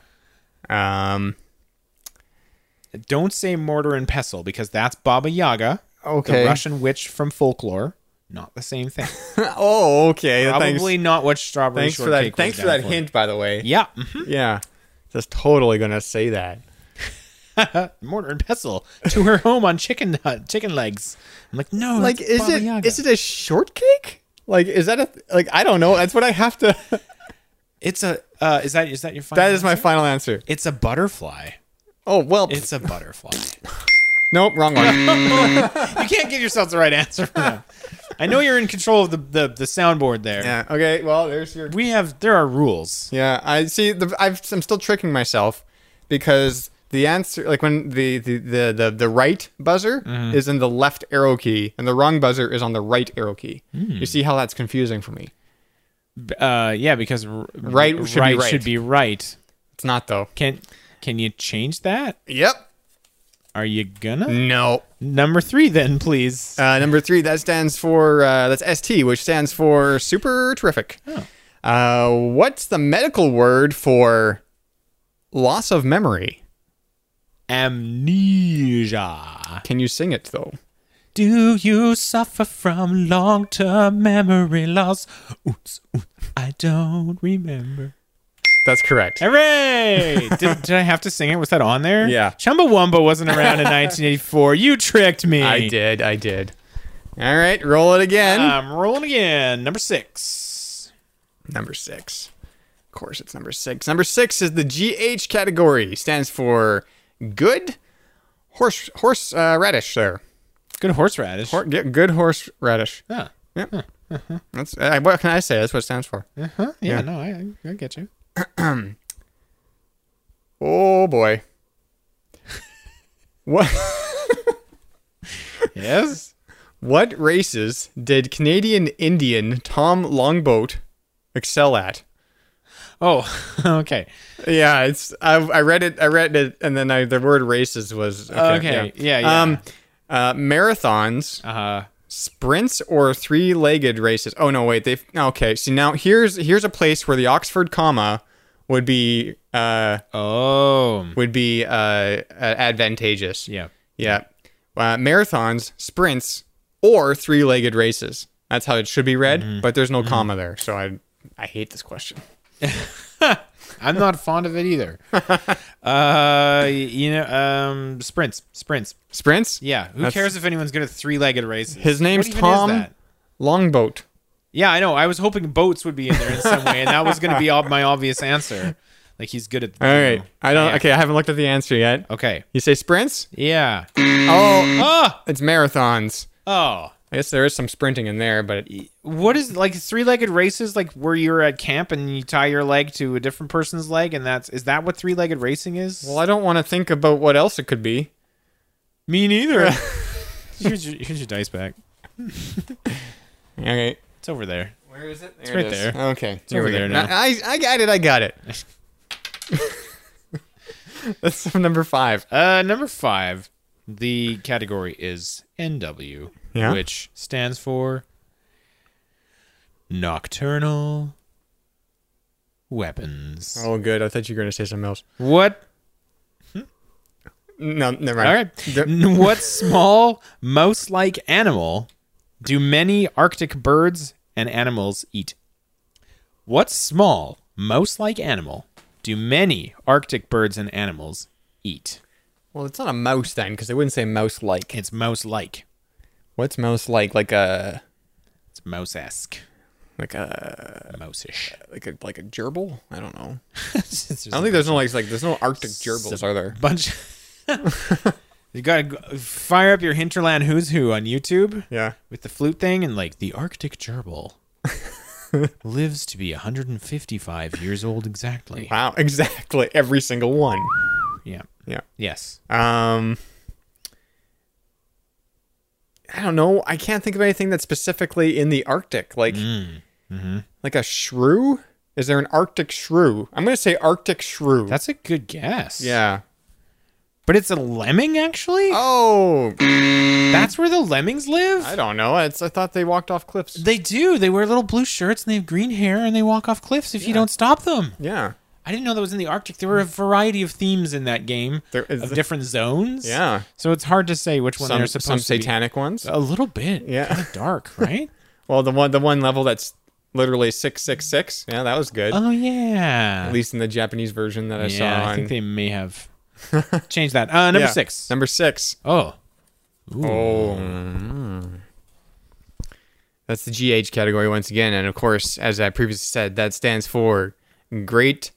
yeah. Um. Don't say mortar and pestle because that's Baba Yaga, Okay. the Russian witch from folklore. Not the same thing. [LAUGHS] Oh, okay. Probably Thanks, not what strawberry thanks for shortcake. that. was Thanks for down that hint, by the way. Yeah, mhm. Yeah. Just totally gonna say that. mm-hmm. [LAUGHS] mortar and pestle to her home on chicken hut, chicken legs. I'm like, no, Like, that's is Baba it Yaga. is it a shortcake? Like, is that a like? I don't know. That's what I have to. [LAUGHS] It's a. Uh, is that is that your final? that is my answer? final answer. It's a butterfly. Oh well. It's [LAUGHS] a butterfly. nope. Wrong one. you can't give yourself the right answer. for that. I know you're in control of the the, the soundboard there. yeah. Okay. Well, there's your. We have there are rules. Yeah. I see. The, I've, I'm still tricking myself because the answer, like when the the the the, the right buzzer is in the left arrow key, and the wrong buzzer is on the right arrow key. You see how that's confusing for me? Uh, yeah, because r- Right should be right right. should be right. It's not though. Can can you change that? Yep. Are you gonna? No. Number three, then please. Uh, number three, that stands for uh, that's ST, which stands for super terrific. Uh, what's the medical word for loss of memory? Amnesia. Can you sing it though? Do you suffer from long term memory loss? Oots, oots, I don't remember. That's correct. [LAUGHS] Hooray! did, did I have to sing it? Was that on there? Yeah. Chumbawamba wasn't around [LAUGHS] in 1984. You tricked me. I did. I did. All right, roll it again. I'm rolling again. Number six. number six. Of course, it's number six. Number six is the GH category. Stands for good horse horse uh, radish. There, Good horseradish. Hor- yeah, good horse radish. Huh. Yep. That's uh, what can I say? That's what it stands for. Huh? Yeah, no, I, I I get you. Oh boy. [LAUGHS] what Yes. what races did Canadian Indian Tom Longboat excel at? Oh, [LAUGHS] okay. Yeah, it's I, I read it I read it and then I the word races was Okay, yeah, yeah. Um uh, marathons, Uh, sprints, or three-legged races. Oh no, wait. They okay. See now, here's here's a place where the Oxford comma would be uh, oh. would be uh, uh, advantageous. Yeah. Yeah. Uh, marathons, sprints, or three legged races. That's how it should be read, Mm-hmm. but there's no comma there. So I I hate this question. I'm not fond of it [LAUGHS] either. Uh, you know, um, sprints, sprints. Sprints? Yeah, who That's- cares if anyone's good at three-legged races? His name's What even is Tom that? Longboat. Yeah, I know. I was hoping boats would be in there in some way, and that was going to be ob- my obvious answer. Like he's good at. All right. I don't Oh, Yeah. Oh. okay, I haven't looked at the answer yet. Okay. You say sprints? Yeah. Oh, Oh. it's marathons. Oh. I guess there is some sprinting in there, but it, What is like three-legged races? Like where you're at camp and you tie your leg to a different person's leg, and that's is that what three-legged racing is? well, I don't want to think about what else it could be. me neither. [LAUGHS] here's, your, here's your dice back. Okay. It's over there. Where is it? There it's right there. Okay. It's over there now. I, I got it. I got it. [LAUGHS] That's number five. Uh, number five, the category is NW, Yeah. which stands for Nocturnal Weapons. Oh, good. I thought you were going to say something else. What? No, never mind. All right. The- [LAUGHS] N- [LAUGHS] what small mouse like animal do many Arctic birds and animals eat? What small mouse like animal do many Arctic birds and animals eat? well, it's not a mouse then, because they wouldn't say mouse like. It's mouse like. What's mouse like? Like a It's mouse esque. like a Mouse ish. like a like a gerbil? I don't know. I don't think there's no like like there's no Arctic gerbils, are there? [LAUGHS] bunch. [LAUGHS] you gotta go- fire up your hinterland who's who on YouTube. Yeah. With the flute thing and like the Arctic [LAUGHS] gerbil lives to be 155 years old exactly. Wow. [LAUGHS] Exactly. Every single one. Yeah. Yeah. Yes. Um. I don't know. Mm, mm-hmm. I can't think of anything that's specifically in the Arctic, like like a shrew. Is there an Arctic shrew? I'm going to say Arctic shrew. That's a good guess. yeah. But it's a lemming, actually? Oh, That's where the lemmings live? I don't know. It's, I thought they walked off cliffs. They do. They wear little blue shirts and they have green hair and they walk off cliffs if you don't stop them. yeah. I didn't know that was in the Arctic. There were a variety of themes in that game There is- of different zones. Yeah. So it's hard to say which one Some, they're some supposed to be. satanic ones. A little bit. Yeah. Kinda dark, right? [LAUGHS] Well, the one the one level that's literally 666. Yeah, that was good. oh, yeah. At least in the Japanese version that I saw yeah, I on think they may have changed that. Uh, number Yeah, six. Number 6. oh. That's the GH category once again. And of course, as I previously said, that stands for Great.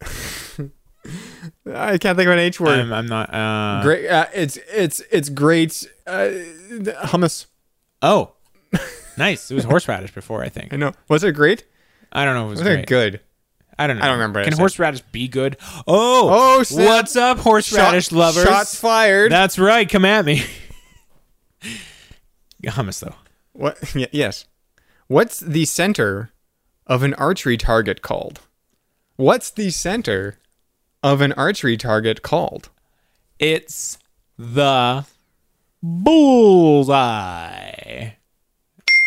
[LAUGHS] I can't think of an H word. I'm, I'm not. Uh, great. Uh, it's it's it's great. Uh, hummus. Oh. [LAUGHS] nice. It was horseradish before, I think. I know. Was it great? I don't know if it was Was it great. good? I don't know. I don't remember what Can I said. horseradish be good? Oh, Oh, snap. what's up, horseradish Shot- lovers? Shots fired. That's right. Come at me. [LAUGHS] Hummus though. What? [LAUGHS] y- yes. What's the center of an archery target called? What's the center of an archery target called? It's the bullseye.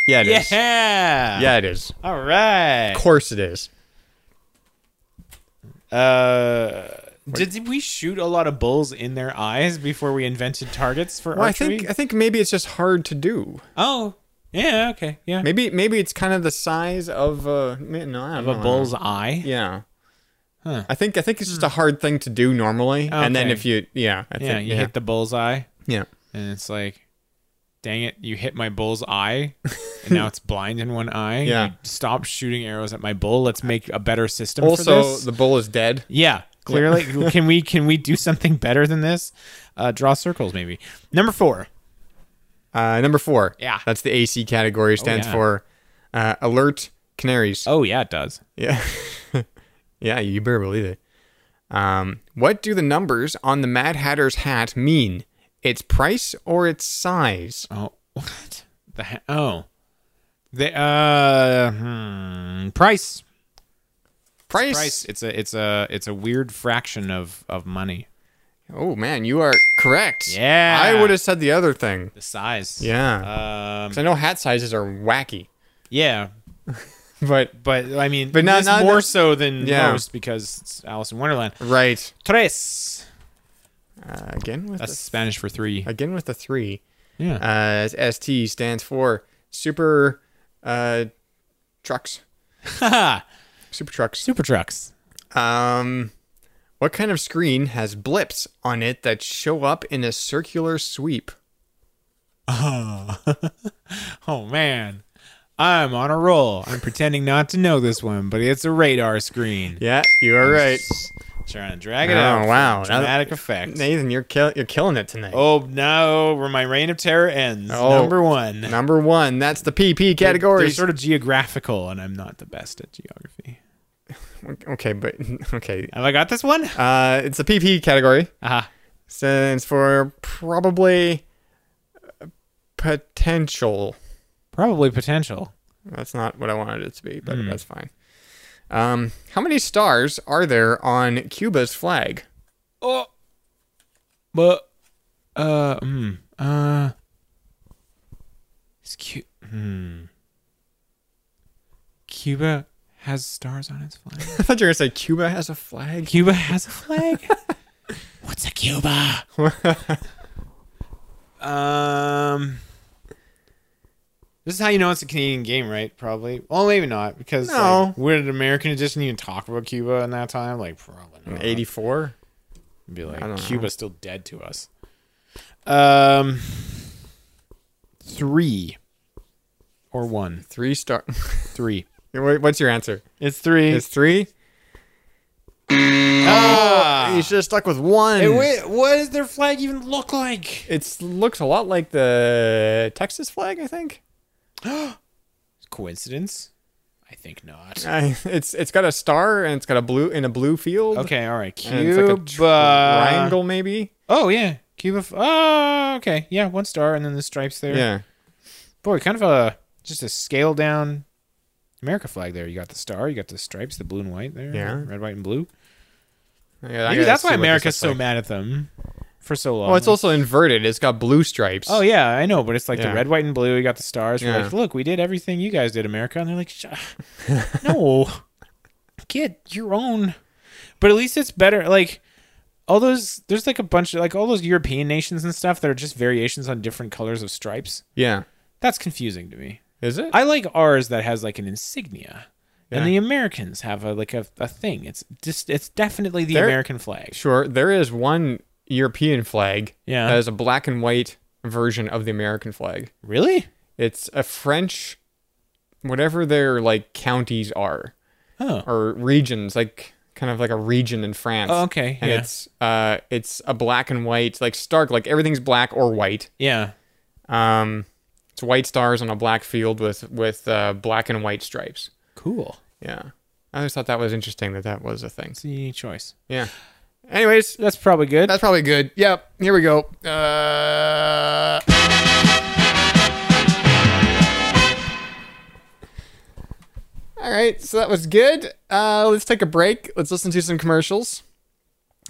Yeah, it is. Yeah. Yeah, it is. All right. Of course it is. Uh, did, did we shoot a lot of bulls in their eyes before we invented targets for Well, I archery? think uh, I think maybe it's just hard to do. oh, yeah. Okay. Yeah. Maybe maybe it's kind of the size of a no, I don't Of know. a bull's eye. Yeah. Huh. Hmm. I think I think it's just a hard thing to do normally, and then Okay. if you yeah, I Yeah. think, You hit the bullseye. yeah. and it's like dang it you hit my bull's eye and [LAUGHS] now it's blind in one eye Yeah. You stop shooting arrows at my bull let's make a better system for Also, this. the bull is dead. yeah clearly can we can we do something better than this uh draw circles maybe number four Uh, number four. Yeah. Oh, That's the AC category. Stands yeah. for uh, alert canaries. oh yeah it does Yeah. [LAUGHS] yeah, you better believe it. Um, what do the numbers on the Mad Hatter's hat mean? Its price or its size? oh [LAUGHS] what the he- oh the uh hmm, price Price. price it's a it's a it's a weird fraction of of money Oh man, you are correct. Yeah. I would have said the other thing. the size Yeah. um 'Cause I know hat sizes are wacky, yeah but But I mean, But but not- not, not- more so than Yeah. most because it's Alice in Wonderland. right. Tres. Uh, again with That's the, Spanish for three. again with the three. Yeah. Uh, ST stands for super uh, [LAUGHS] trucks. Haha. Super trucks. Super trucks. Um, what kind of screen has blips on it that show up in a circular sweep? Oh man, I'm on a roll. I'm pretending not to know this one, but it's a radar screen. Yeah, you are right, Trying to drag it Oh, out. for wow. Now- Dramatic effect. Nathan. You're kill- you're killing it tonight. oh no, where my reign of terror ends. Oh. Number one. Number one, that's the PP They're category. sort of geographical, and I'm not the best at geography. okay, but [LAUGHS] okay. Have I got this one? Uh, it's the PP category. Ah, Stands for probably uh, potential. probably potential. That's not what I wanted it to be, Hmm. but that's fine. Um, how many stars are there on Cuba's flag? [LAUGHS] Oh, but uh, hmm, uh, it's cute. Hmm. Cuba has stars on its [LAUGHS] I flag. thought you were gonna say Cuba has a flag. Cuba has a flag. [LAUGHS] What's a Cuba? [LAUGHS] um. This is how you know it's a Canadian game, right? Probably. Well, maybe not because No. like, would an American edition even talk about Cuba in that time? Like, probably not. 84. Be I don't like, know. Cuba's still dead to us. Um, three or one, Three star. [LAUGHS] three. Wait, What's your answer? It's three. It's three. You should have stuck with one. Ah. Hey, wait, what does their flag even look like? It's looks a lot like the Texas flag, I think. Coincidence? I think not. I, [LAUGHS] it's it's got a star and it's got a blue in a blue field. Okay, all right. Cuba. And it's like a tr- triangle maybe. Oh yeah, Cuba. f- Oh, okay. Yeah, one star, and then the stripes there. Yeah. Boy, kind of a just a scale down America flag there. You got the star, you got the stripes, the blue and white there. Yeah. Red, white, and blue. Yeah, I Maybe gotta that's why see what this America's looks so like. mad at them for so long. Oh, it's also inverted. It's got blue stripes. Oh yeah, I know, but it's like Yeah. the red, white, and blue. You got the stars. We're Yeah. like, look, we did everything you guys did, America, and they're like, "Sh- [LAUGHS] no, get your own. But at least it's better. Like all those, there's like a bunch of like all those European nations and stuff that are just variations on different colors of stripes. yeah. That's confusing to me. Is it? I like ours that has like an insignia, Yeah. and the Americans have a like a, a thing. It's just it's definitely the They're- American flag. Sure. There is one European flag Yeah. that is a black and white version of the American flag. Really? It's a French, whatever their like counties are Oh, or regions, like kind of like a region in France. Oh, okay, And yeah. it's uh, it's a black and white, like stark, like everything's black or white. yeah. Um, it's white stars on a black field with with uh, black and white stripes. Cool. Yeah. I always thought that was interesting that that was a thing. It's a unique choice. Yeah. Anyways, That's probably good. that's probably good. Yep. Here we go. Uh... All right. So that was good. Uh, let's take a break. Let's listen to some commercials.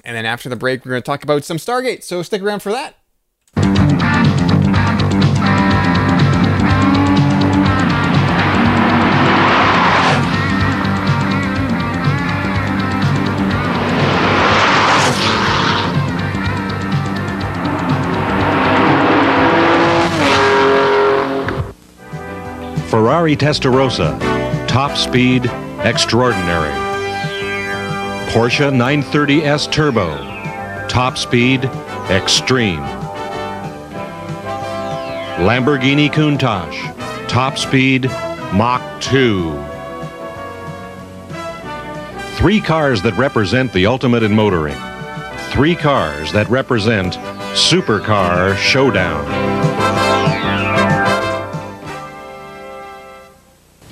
And then after the break, we're going to talk about some Stargate. So stick around for that. Ferrari Testarossa, top speed, extraordinary. Porsche 930S Turbo, top speed, extreme. Lamborghini Countach, top speed, Mach 2. Three cars that represent the ultimate in motoring. Three cars that represent Supercar Showdown.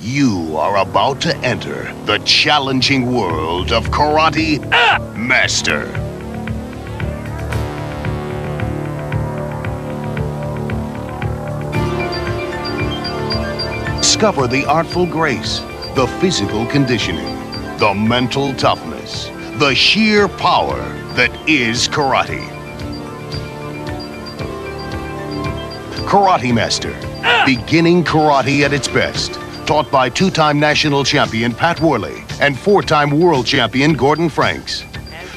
You are about to enter the challenging world of Karate Master. Discover the artful grace, the physical conditioning, the mental toughness, the sheer power that is karate. Karate Master. Beginning karate at its best. Taught by two time national champion Pat Worley and four time world champion Gordon Franks.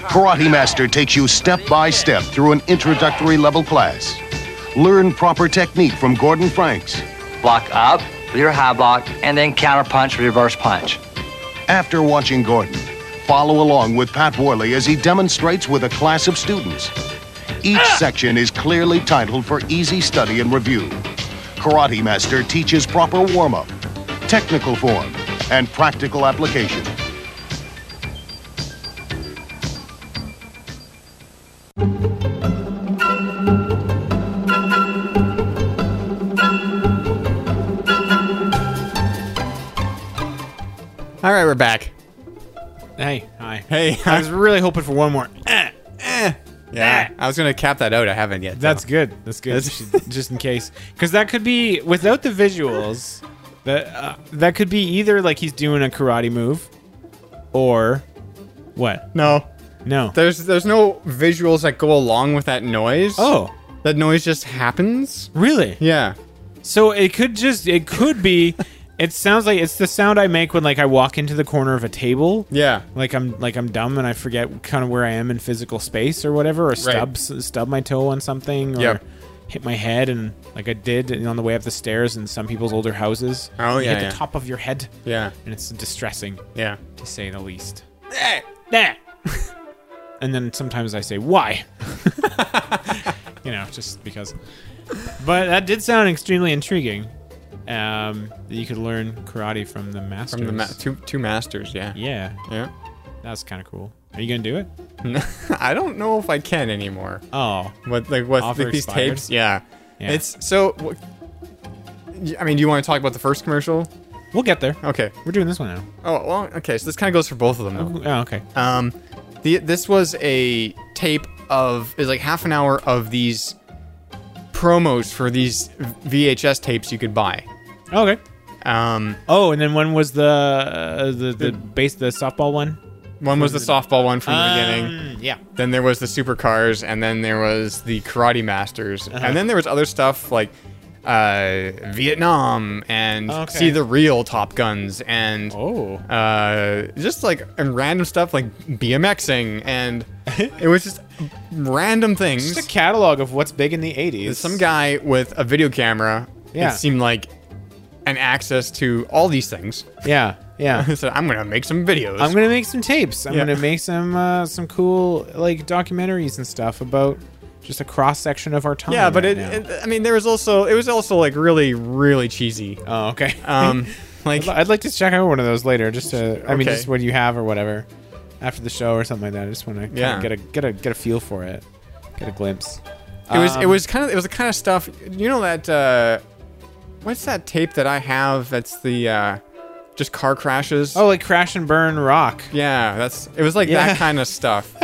Karate Master takes you step by step through an introductory level class. Learn proper technique from Gordon Franks. block up with your high block, and then counter punch, reverse punch. After watching Gordon, follow along with Pat Worley as he demonstrates with a class of students. Each section is clearly titled for easy study and review. Karate Master teaches proper warm up, technical form, and practical application. All right. We're back. Hey, hi. Hey. I was really hoping for one more. Eh, eh. [LAUGHS] Yeah. I was going to cap that out. I haven't yet. That's though. good. That's good. just in case, because that could be without the visuals. That uh, that could be either like he's doing a karate move, or what? No. No. There's there's no visuals that go along with that noise. Oh, That noise just happens? really? Yeah. So it could just it could be. It sounds like it's the sound I make when like I walk into the corner of a table. Yeah. Like I'm like I'm dumb and I forget kind of where I am in physical space or whatever, or stub s- stub my toe on something or Yep. hit my head and like I did and on the way up the stairs in some people's older houses. Oh, you yeah, hit yeah. the top of your head. Yeah. and it's distressing Yeah. to say the least. Nah. [LAUGHS] and then sometimes I say why, [LAUGHS] you know, just because. But that did sound extremely intriguing. Um, that you could learn karate from the masters. From the ma- two two masters, yeah. yeah, Yeah. [LAUGHS] that's kind of cool. Are you gonna do it? I don't know if I can anymore. Oh, What like what Offer like these expired? tapes? Yeah. Yeah. It's so wh- y- I mean, do you want to talk about the first commercial? we'll get there. Okay. We're doing this one now. Oh, well, okay. So this kind of goes for both of them though. Oh, okay. Um, the this was a tape of is like half an hour of these promos for these VHS tapes you could buy. Okay. Um, Oh, and then when was the uh, the, the base the softball one? one was the softball one from the beginning. Um, yeah. Then there was the supercars, and then there was the karate masters, Uh-huh. and then there was other stuff like uh, Vietnam and Okay. see the real Top Guns and Oh. uh, just like and random stuff like BMXing, [LAUGHS] and it was just random things. Just a catalog of what's big in the 80s. some guy with a video camera. Yeah. It seemed like an access to all these things. [LAUGHS] Yeah. Yeah. so I'm gonna make some videos. I'm gonna make some tapes. I'm Yeah. gonna make some uh, some cool like documentaries and stuff about just a cross section of our time. yeah, but right it, now. it. I mean, there was also it was also like really really cheesy. oh, okay. Um, [LAUGHS] like I'd li- I'd like to check out one of those later, just to. I mean, Okay. just what you have or whatever, after the show or something like that. I just want to Yeah. get a get a get a feel for it, get a glimpse. it was it was kind of it was the kind of stuff. You know that uh, what's that tape that I have? That's the uh, just car crashes. Oh, like crash and burn rock. Yeah, that's it was like Yeah. that kind of [LAUGHS] stuff.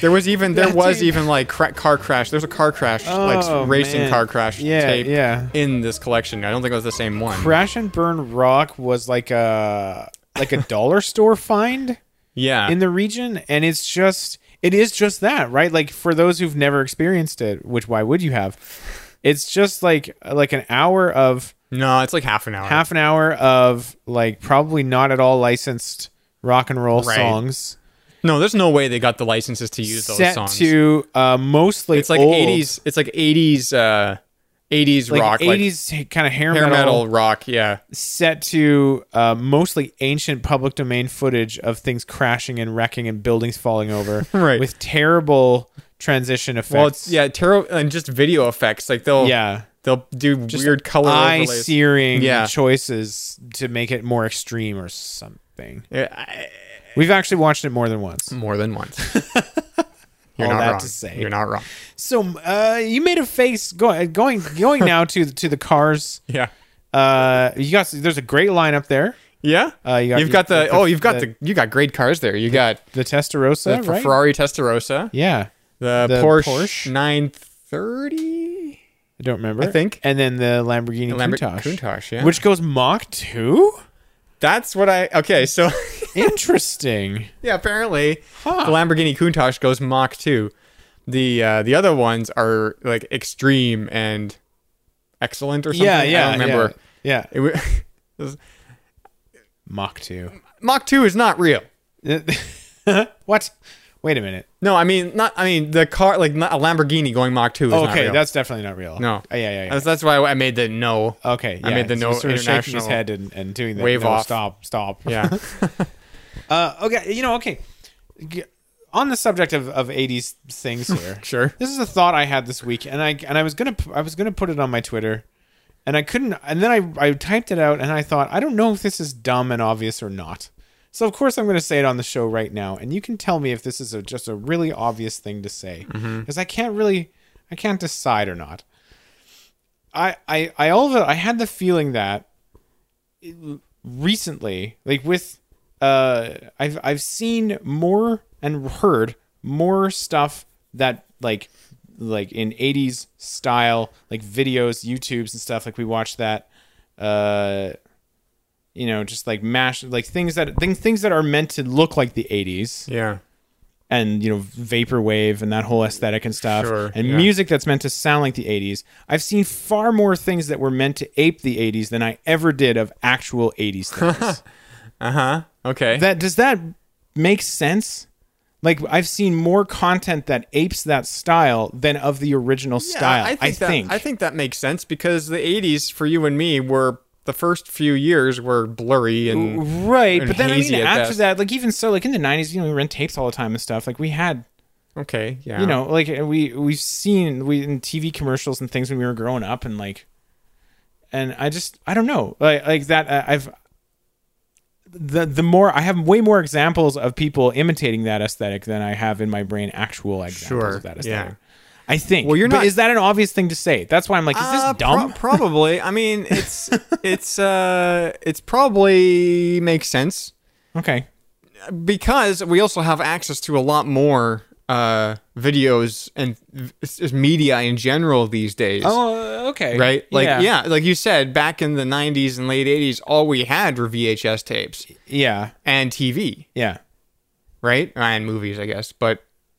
there was even there That was tape. even like cra- car crash. There's a car crash like s- Oh, racing man. car crash Yeah, tape yeah. in this collection. I don't think it was the same one. Crash and burn rock was like a like a dollar store find. yeah. in the region and it's just it is just that right like for those who've never experienced it which why would you have it's just like like an hour of no, it's like half an hour. half an hour of like probably not at all licensed rock and roll Right. songs No, there's no way they got the licenses to use those set songs. to uh mostly it's like old, 80s it's like 80s uh 80s like rock 80s kind of hair, like hair metal, metal rock, yeah. set to uh, mostly ancient public domain footage of things crashing and wrecking and buildings falling over [LAUGHS] Right. with terrible transition effects Well, it's yeah, tarot and just video effects like they'll yeah they'll do weird color eye overlays. searing Yeah. choices to make it more extreme or something. Yeah, I- Mm. We've actually watched it more than once. more than [LAUGHS] once. You're All not that wrong. to say. You're not wrong. So uh, you made a face go, going [LAUGHS] going now to to the cars. Yeah. Uh, you got there's a great lineup there. Yeah. Uh, you got- have got the, the- oh, you've got the, the- you got great cars there. You got The Testarossa, the right? Ferrari Testarossa, Yeah, the, the Porsche, Porsche. 930. I don't remember. I think. and then the Lamborghini The Lambo- Countach, Countach, yeah. which goes Mach [LAUGHS] two. That's what I okay. So [LAUGHS] Interesting. yeah, apparently Huh. the Lamborghini Countach goes Mach two. The uh, the other ones are like extreme and excellent or something. yeah, yeah. I don't remember. Yeah, yeah. It w- Mach two. [LAUGHS] [LAUGHS] Mach two is not real. what? Wait a minute. No, I mean not. I mean the car like not a Lamborghini going Mach two. Is not okay, real. that's definitely not real. No. Oh, yeah, yeah, yeah. That's, that's why I made the no. Okay, yeah. I made the so no sort of shaking his international- head and, and doing the Wave no, off. Stop, stop. [LAUGHS] Yeah. Uh, okay, you know, okay. G- On the subject of, of 80s things here. Sure. This is a thought I had this week and I and I was going to I was going to put it on my Twitter and I couldn't and then I I typed it out and I thought I don't know if this is dumb and obvious or not. So of course I'm going to say it on the show right now and you can tell me if this is a, just a really obvious thing to say cuz I can't really I can't decide or not. I I I all of it, I had the feeling that recently, like with uh I've I've seen more and heard more stuff that like like in 80s style like videos, YouTubes and stuff like we watched that uh you know, just like mash like things that things things that are meant to look like the 80s yeah. and you know vaporwave and that whole aesthetic and stuff Sure, and yeah. music that's meant to sound like the 80s i've seen far more things that were meant to ape the 80s than i ever did of actual 80s [LAUGHS] things Okay. that does that make sense like i've seen more content that apes that style than of the original Yeah, style I think, I that, think. I think that makes sense because the '80s for you and me were the first few years were blurry and right but then i mean hazy at after best. that like even so like in the 90s you know we rent tapes all the time and stuff like we had okay. Yeah. you know like we we've seen we in tv commercials and things when we were growing up and like and i just i don't know like like that uh, i've the the more i have way more examples of people imitating that aesthetic than i have in my brain actual examples Sure, of that yeah. aesthetic i think Well, you're But not- is that an obvious thing to say that's why i'm like is this Uh, pro- dumb [LAUGHS] probably. I mean, it's it's uh it's probably makes sense okay because we also have access to a lot more uh, videos and it's just media in general these days. Oh, okay. Right? Like, Uh, yeah. like you said, back in the 90s and late 80s, all we had were VHS tapes Yeah. and TV, Yeah. right? And movies, I guess. But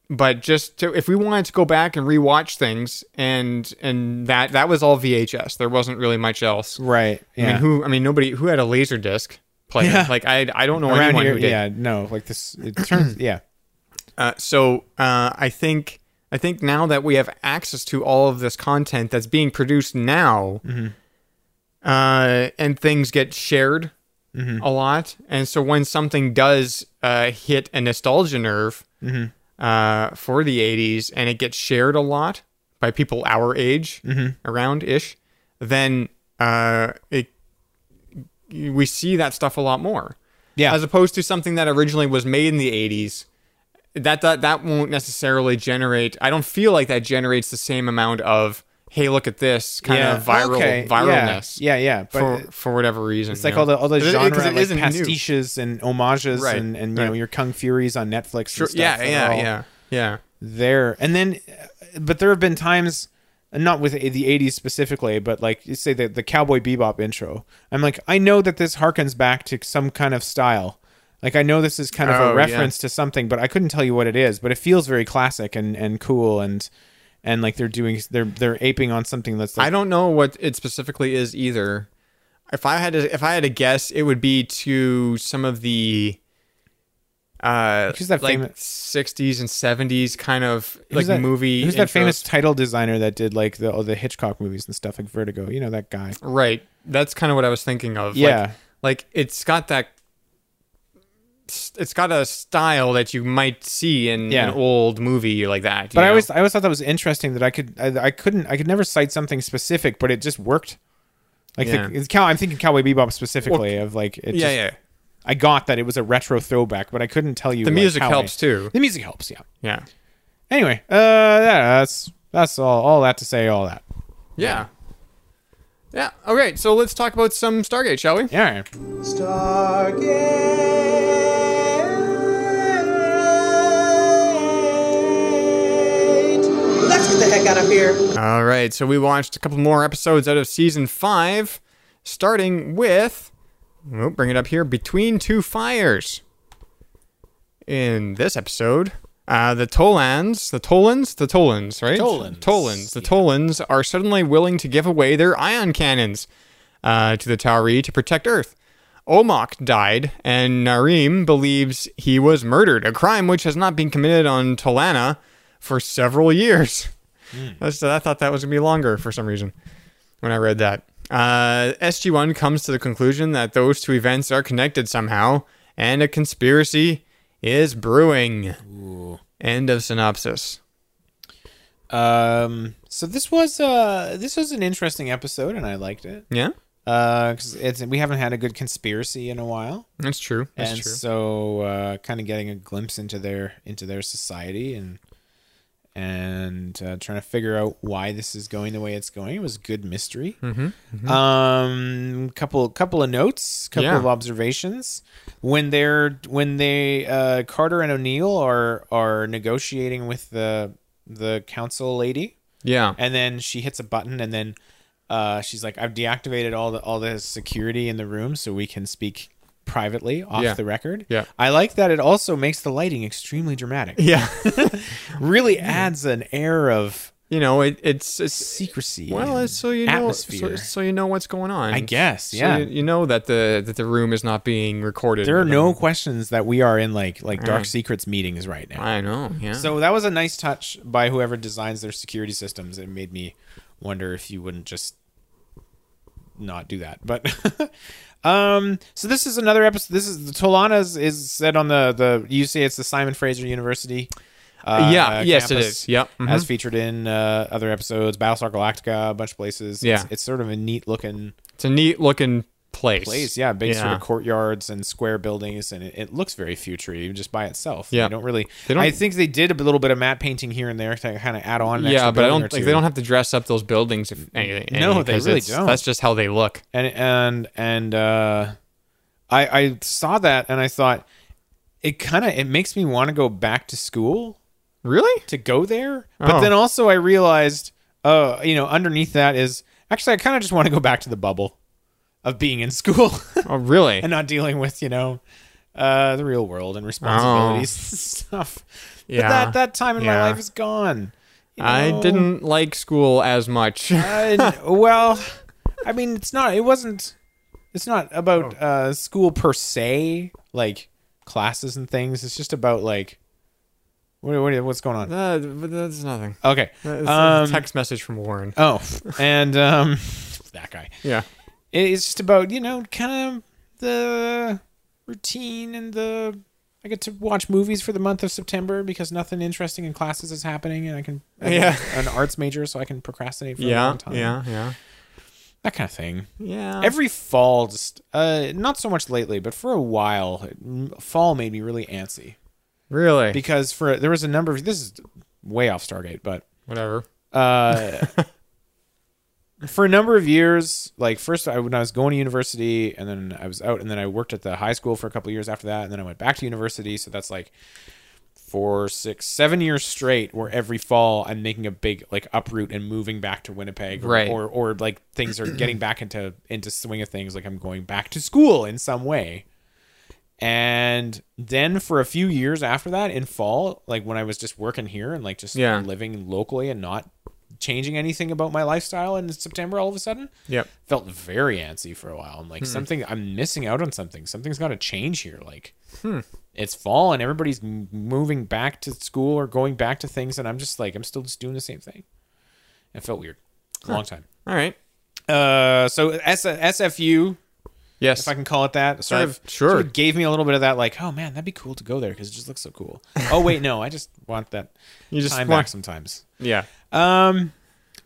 but just to, if we wanted to go back and rewatch things and and that that was all VHS. There wasn't really much else. Right. Yeah. I mean, who I mean nobody who had a laser disc player. Yeah. Like I I don't know around anyone here? who did. Yeah. No. Like this. It turns. yeah. Uh, so uh, I think I think now that we have access to all of this content that's being produced now, uh, and things get shared a lot, and so when something does uh, hit a nostalgia nerve uh, for the '80s, and it gets shared a lot by people our age, around ish, then uh, it we see that stuff a lot more. Yeah. As opposed to something that originally was made in the 80s, that that that won't necessarily generate. I don't feel like that generates the same amount of hey, look at this kind of viral Okay, viralness. Yeah. Yeah. yeah. But for for whatever reason, it's like all the all the genre like pastiches and homages Right, and and you know right. your Kung Furies on Netflix. and stuff yeah, that are yeah, all yeah, yeah. There and then, uh, but there have been times. Not with the '80s specifically, but like you say, the the Cowboy Bebop intro. I'm like, I know that this harkens back to some kind of style. Like, I know this is kind of Oh, yeah. a reference to something, but I couldn't tell you what it is. But it feels very classic and and cool, and and like they're doing they're they're aping on something that's like, I don't know what it specifically is either. If I had to, if I had to guess, it would be to some of the uh Who's that like famous- 60s and 70s kind of like Who's that- movie Who's that intros. famous title designer that did like the all the Hitchcock movies and stuff, like Vertigo? You know that guy. Right. That's kind of what I was thinking of. Yeah. Like, like it's got that. It's got a style that you might see in Yeah. an old movie like that. you But I know? always I always thought that was interesting that I could I, I couldn't I could never cite something specific, but it just worked. Like Yeah. the, it's cow. I'm thinking Cowboy Bebop specifically of like it yeah, just, yeah, I got that it was a retro throwback, but I couldn't tell you. The like, music how helps, I- too. The music helps, yeah. yeah, Anyway, uh, yeah, that's that's all all that to say, all that. yeah, yeah. All right, so let's talk about some Stargate, shall we? Yeah. Let's get the heck out of here. All right, so we watched a couple more episodes out of season five, starting with. Oh, bring it up here. Between Two Fires. In this episode, uh, the Tolans, the Tolans, the Tolans, right? Tolans, Tolans. The Tolans are suddenly willing to give away their ion cannons uh, to the Tauri to protect Earth. Omok died, and Narim believes he was murdered, a crime which has not been committed on Tolana for several years. [LAUGHS] That's- I thought that was going to be longer for some reason when I read that. Uh, SG1 comes to the conclusion that those two events are connected somehow, and a conspiracy is brewing. End of synopsis. Um. So this was uh this was an interesting episode, and I liked it. Yeah, Uh, 'cause it's we haven't had a good conspiracy in a while, that's true. That's and true. so uh, kind of getting a glimpse into their into their society and and uh, trying to figure out why this is going the way it's going was good mystery. Mm-hmm, Um, couple couple of notes, couple Yeah. of observations when they're when they uh, Carter and O'Neill are are negotiating with the the council lady yeah. and then she hits a button and then uh, she's like i've deactivated all the all the security in the room so we can speak privately off Yeah. the record Yeah. i like that it also makes the lighting extremely dramatic [LAUGHS] yeah. really adds an air of you know, it, it's, it's secrecy well, and it's so you know, so, atmosphere so you know what's going on. I guess, So yeah. you, you know that the that the room is not being recorded. there are or no whatever. questions that we are in like like Mm. dark secrets meetings right now I know. Yeah. so that was a nice touch by whoever designs their security systems it made me wonder if you wouldn't just not do that but [LAUGHS] um so this is another episode this is the tolana's is said on the the you say it's the simon fraser university uh, Yeah, yes, it is. Yep, mhm. as featured in uh, other episodes battlestar galactica a bunch of places Yeah. it's, it's sort of a neat looking it's a neat looking place. place. Yeah, big sort of courtyards and square buildings, and it, it looks very future even just by itself. Yeah. they don't really. They don't- I think they did a little bit of matte painting here and there to kind of add on. An yeah, extra but I don't building or like two. they don't have to dress up those buildings if anything. No, any, they 'cause really it's- don't. That's just how they look. And and and uh, I I saw that and I thought it kind of it makes me want to go back to school Really? to go there. But Oh. then also I realized, uh, you know, underneath that is actually I kind of just want to go back to the bubble of being in school [LAUGHS] Oh, really? and not dealing with you know uh, the real world and responsibilities and [LAUGHS] stuff. But Oh. Yeah. that that time in Yeah. my life is gone. you I know? didn't like school as much. [LAUGHS] Uh, [LAUGHS] I- well, I mean, it's not. It wasn't. It's not about Oh. uh, school per se, like classes and things. It's just about like, what, what what's going on? Uh, but that's nothing. Okay. It's a Um, text message from Warren. Oh, and um, [LAUGHS] that guy. Yeah. It- It's just about you know kind of the routine and the. I get to watch movies for the month of September because nothing interesting in classes is happening, and I can. I'm Yeah. An arts major, so I can procrastinate for a Yeah. long time. Yeah. Yeah. That kind of thing. Yeah. Every fall, just uh, not so much lately, but for a while, it- fall made me really antsy really? because for there was a number of this is way off Stargate, but Whatever. uh, for a number of years, like first I, when I was going to university, and then I was out, and then I worked at the high school for a couple of years after that, and then I went back to university. So that's like four, six, seven years straight, where every fall I'm making a big like uproot and moving back to Winnipeg, or, Right. Or or like things are getting back into into swing of things. Like I'm going back to school in some way. And then for a few years after that, in fall, like when I was just working here and like just Yeah. living locally and not changing anything about my lifestyle in September all of a sudden. Yep. Felt very antsy for a while. I'm like, something, I'm missing out on something. Something's got to change here. Like, it's fall and everybody's m- moving back to school or going back to things. And I'm just like, I'm still just doing the same thing. It felt weird. Long time. All right. Uh, so S- SFU, Yes. if I can call it that, sort Uh, of sure. sort of gave me a little bit of that, like, oh man, that'd be cool to go there because it just looks [LAUGHS] so cool. oh wait, no, I just want that You just time want- back sometimes. yeah. Um,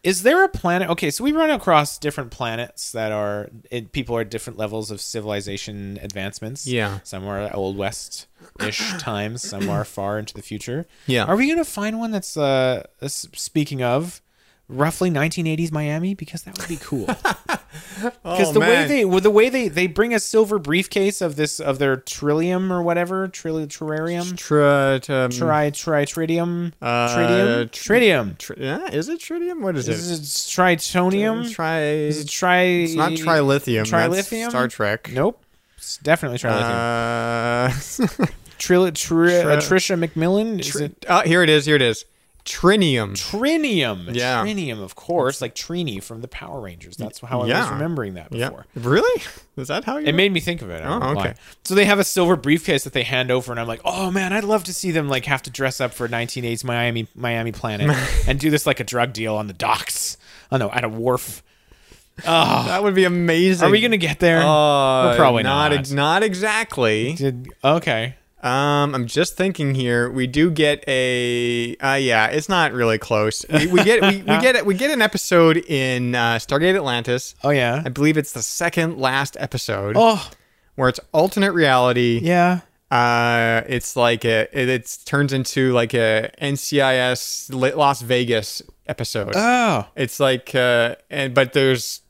is there a planet? Okay, so we run across different planets that are it, people are at different levels of civilization advancements. Yeah. some are old west [COUGHS] ish times, some are far into the future. Yeah. are we gonna find one that's uh s- speaking of? Roughly 1980s Miami because that would be [LAUGHS] cool. Oh, Because the way man. they well, the way they they bring a silver briefcase of this of their trillium or whatever trillium terrarium Tr- to, um, tri tri tritium Uh, tritium tr- tritium tr- yeah, is it tritium? What is, is it? it tritonium? Tri- is it tri? it's not trilithium. that's Trilithium. Star Trek. Nope. It's definitely trilithium. [LAUGHS] Uh, Tril- tri- tri- uh, Trisha McMillan. Is it oh, here it is. Here it is. Trinium. trinium? Yeah. Trinium, of course, like Trini from the Power Rangers. That's how I was Yeah. remembering that Yeah. before. Really? Is that how you? It made me think of it. I don't Oh, know why. okay. So they have a silver briefcase that they hand over, and I'm like, oh man, I'd love to see them like have to dress up for 1980s Miami [LAUGHS] Miami Planet and do this like a drug deal on the docks. Oh no, at a wharf. that would be amazing. Are we gonna get there? Uh, We're probably not. ex- not exactly. Did- okay. Um, I'm just thinking here. We do get a. Uh, yeah, it's not really close. We, we get we, we get we get an episode in uh, Stargate Atlantis. Oh yeah. I believe it's the second last episode oh where it's alternate reality. yeah. Uh, it's like a it it's, turns into like a NCIS La- Las Vegas episode. Oh. it's like uh, and but there's.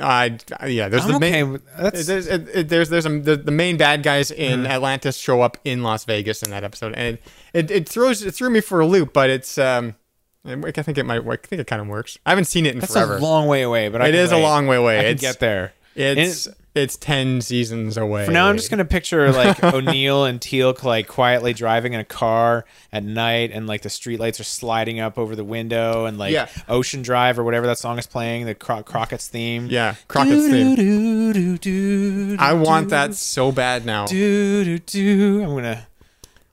I yeah, there's I'm the main okay with- that's- there's it, it- there's there's some the, the main bad guys in Mm-hmm. Atlantis show up in Las Vegas in that episode, and it, it, throws it threw me for a loop, but it's um I think it might work. I think it kind of works. I haven't seen it in That's forever. a long way away, but I It can is a wait. long way away. I can It's- get there. it's And it's ten seasons away. for now, I'm just gonna [LAUGHS] picture like O'Neill and Teal like quietly driving in a car at night, and like the streetlights are sliding up over the window, and like Yeah. Ocean Drive or whatever that song is playing, the Cro- Crockett's theme. yeah Crockett's Do, theme. do, do, do, I want do, that so bad now. Do, do, do. I'm gonna.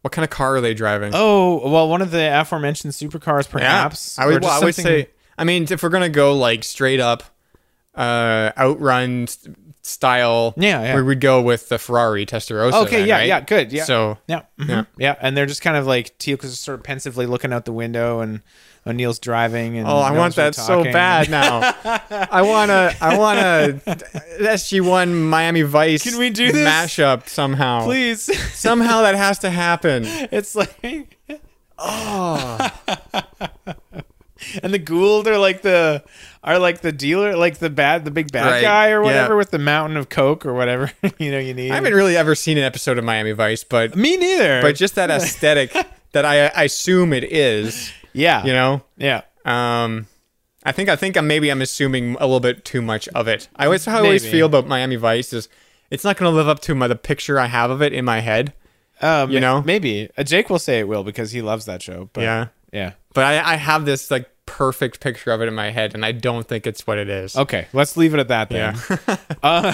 What kind of car are they driving? Oh well, one of the aforementioned supercars, perhaps. Yeah. I or would, just well, I would something- say. I mean, if we're gonna go like straight up, uh, outrun s- style, Yeah, yeah. we would go with the Ferrari Testarossa. Okay, then, yeah, right? yeah, good, yeah. So Yeah, mhm, Yeah. yeah, And they're just kind of like Teal's sort of pensively looking out the window, and O'Neill's driving. And Oh, I no want one's really that so talking. bad now. I wanna, I wanna SG One Miami Vice. Can we do this? mashup somehow? [LAUGHS] Please, Somehow that has to happen. [LAUGHS] [LAUGHS] it's like oh, Oh. and the Gould are like the are like the dealer, like the bad, the big bad Right, guy yeah. or whatever, with the mountain of coke or whatever [LAUGHS] you know you need. I haven't really ever seen an episode of Miami Vice, but me neither. [LAUGHS] but just that aesthetic that I, I assume it is. Yeah. You know, Yeah. um, I think I think I'm, maybe I'm assuming a little bit too much of it. I always how I always Maybe. feel about Miami Vice is it's not going to live up to my the picture I have of it in my head. Um, You know? Maybe. Uh, Jake will say it will because he loves that show. But Yeah. Yeah. But I, I have this like perfect picture of it in my head, and I don't think it's what it is. Okay. Let's leave it at that then. Uh,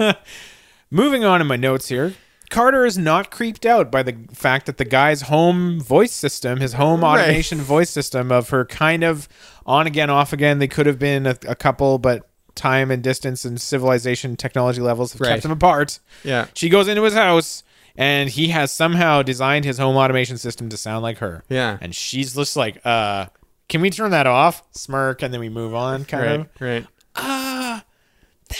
Yeah. [LAUGHS] [LAUGHS] Moving on in my notes here. Carter is not creeped out by the fact that the guy's home voice system, his home Right. automation voice system of her kind of on again, off again. They could have been a, a couple, but time and distance and civilization technology levels have Right. kept them apart. Yeah. She goes into his house and he has somehow designed his home automation system to sound like her. Yeah. And she's just like, uh, can we turn that off? Smirk and then we move on, kind Right. of. Right. That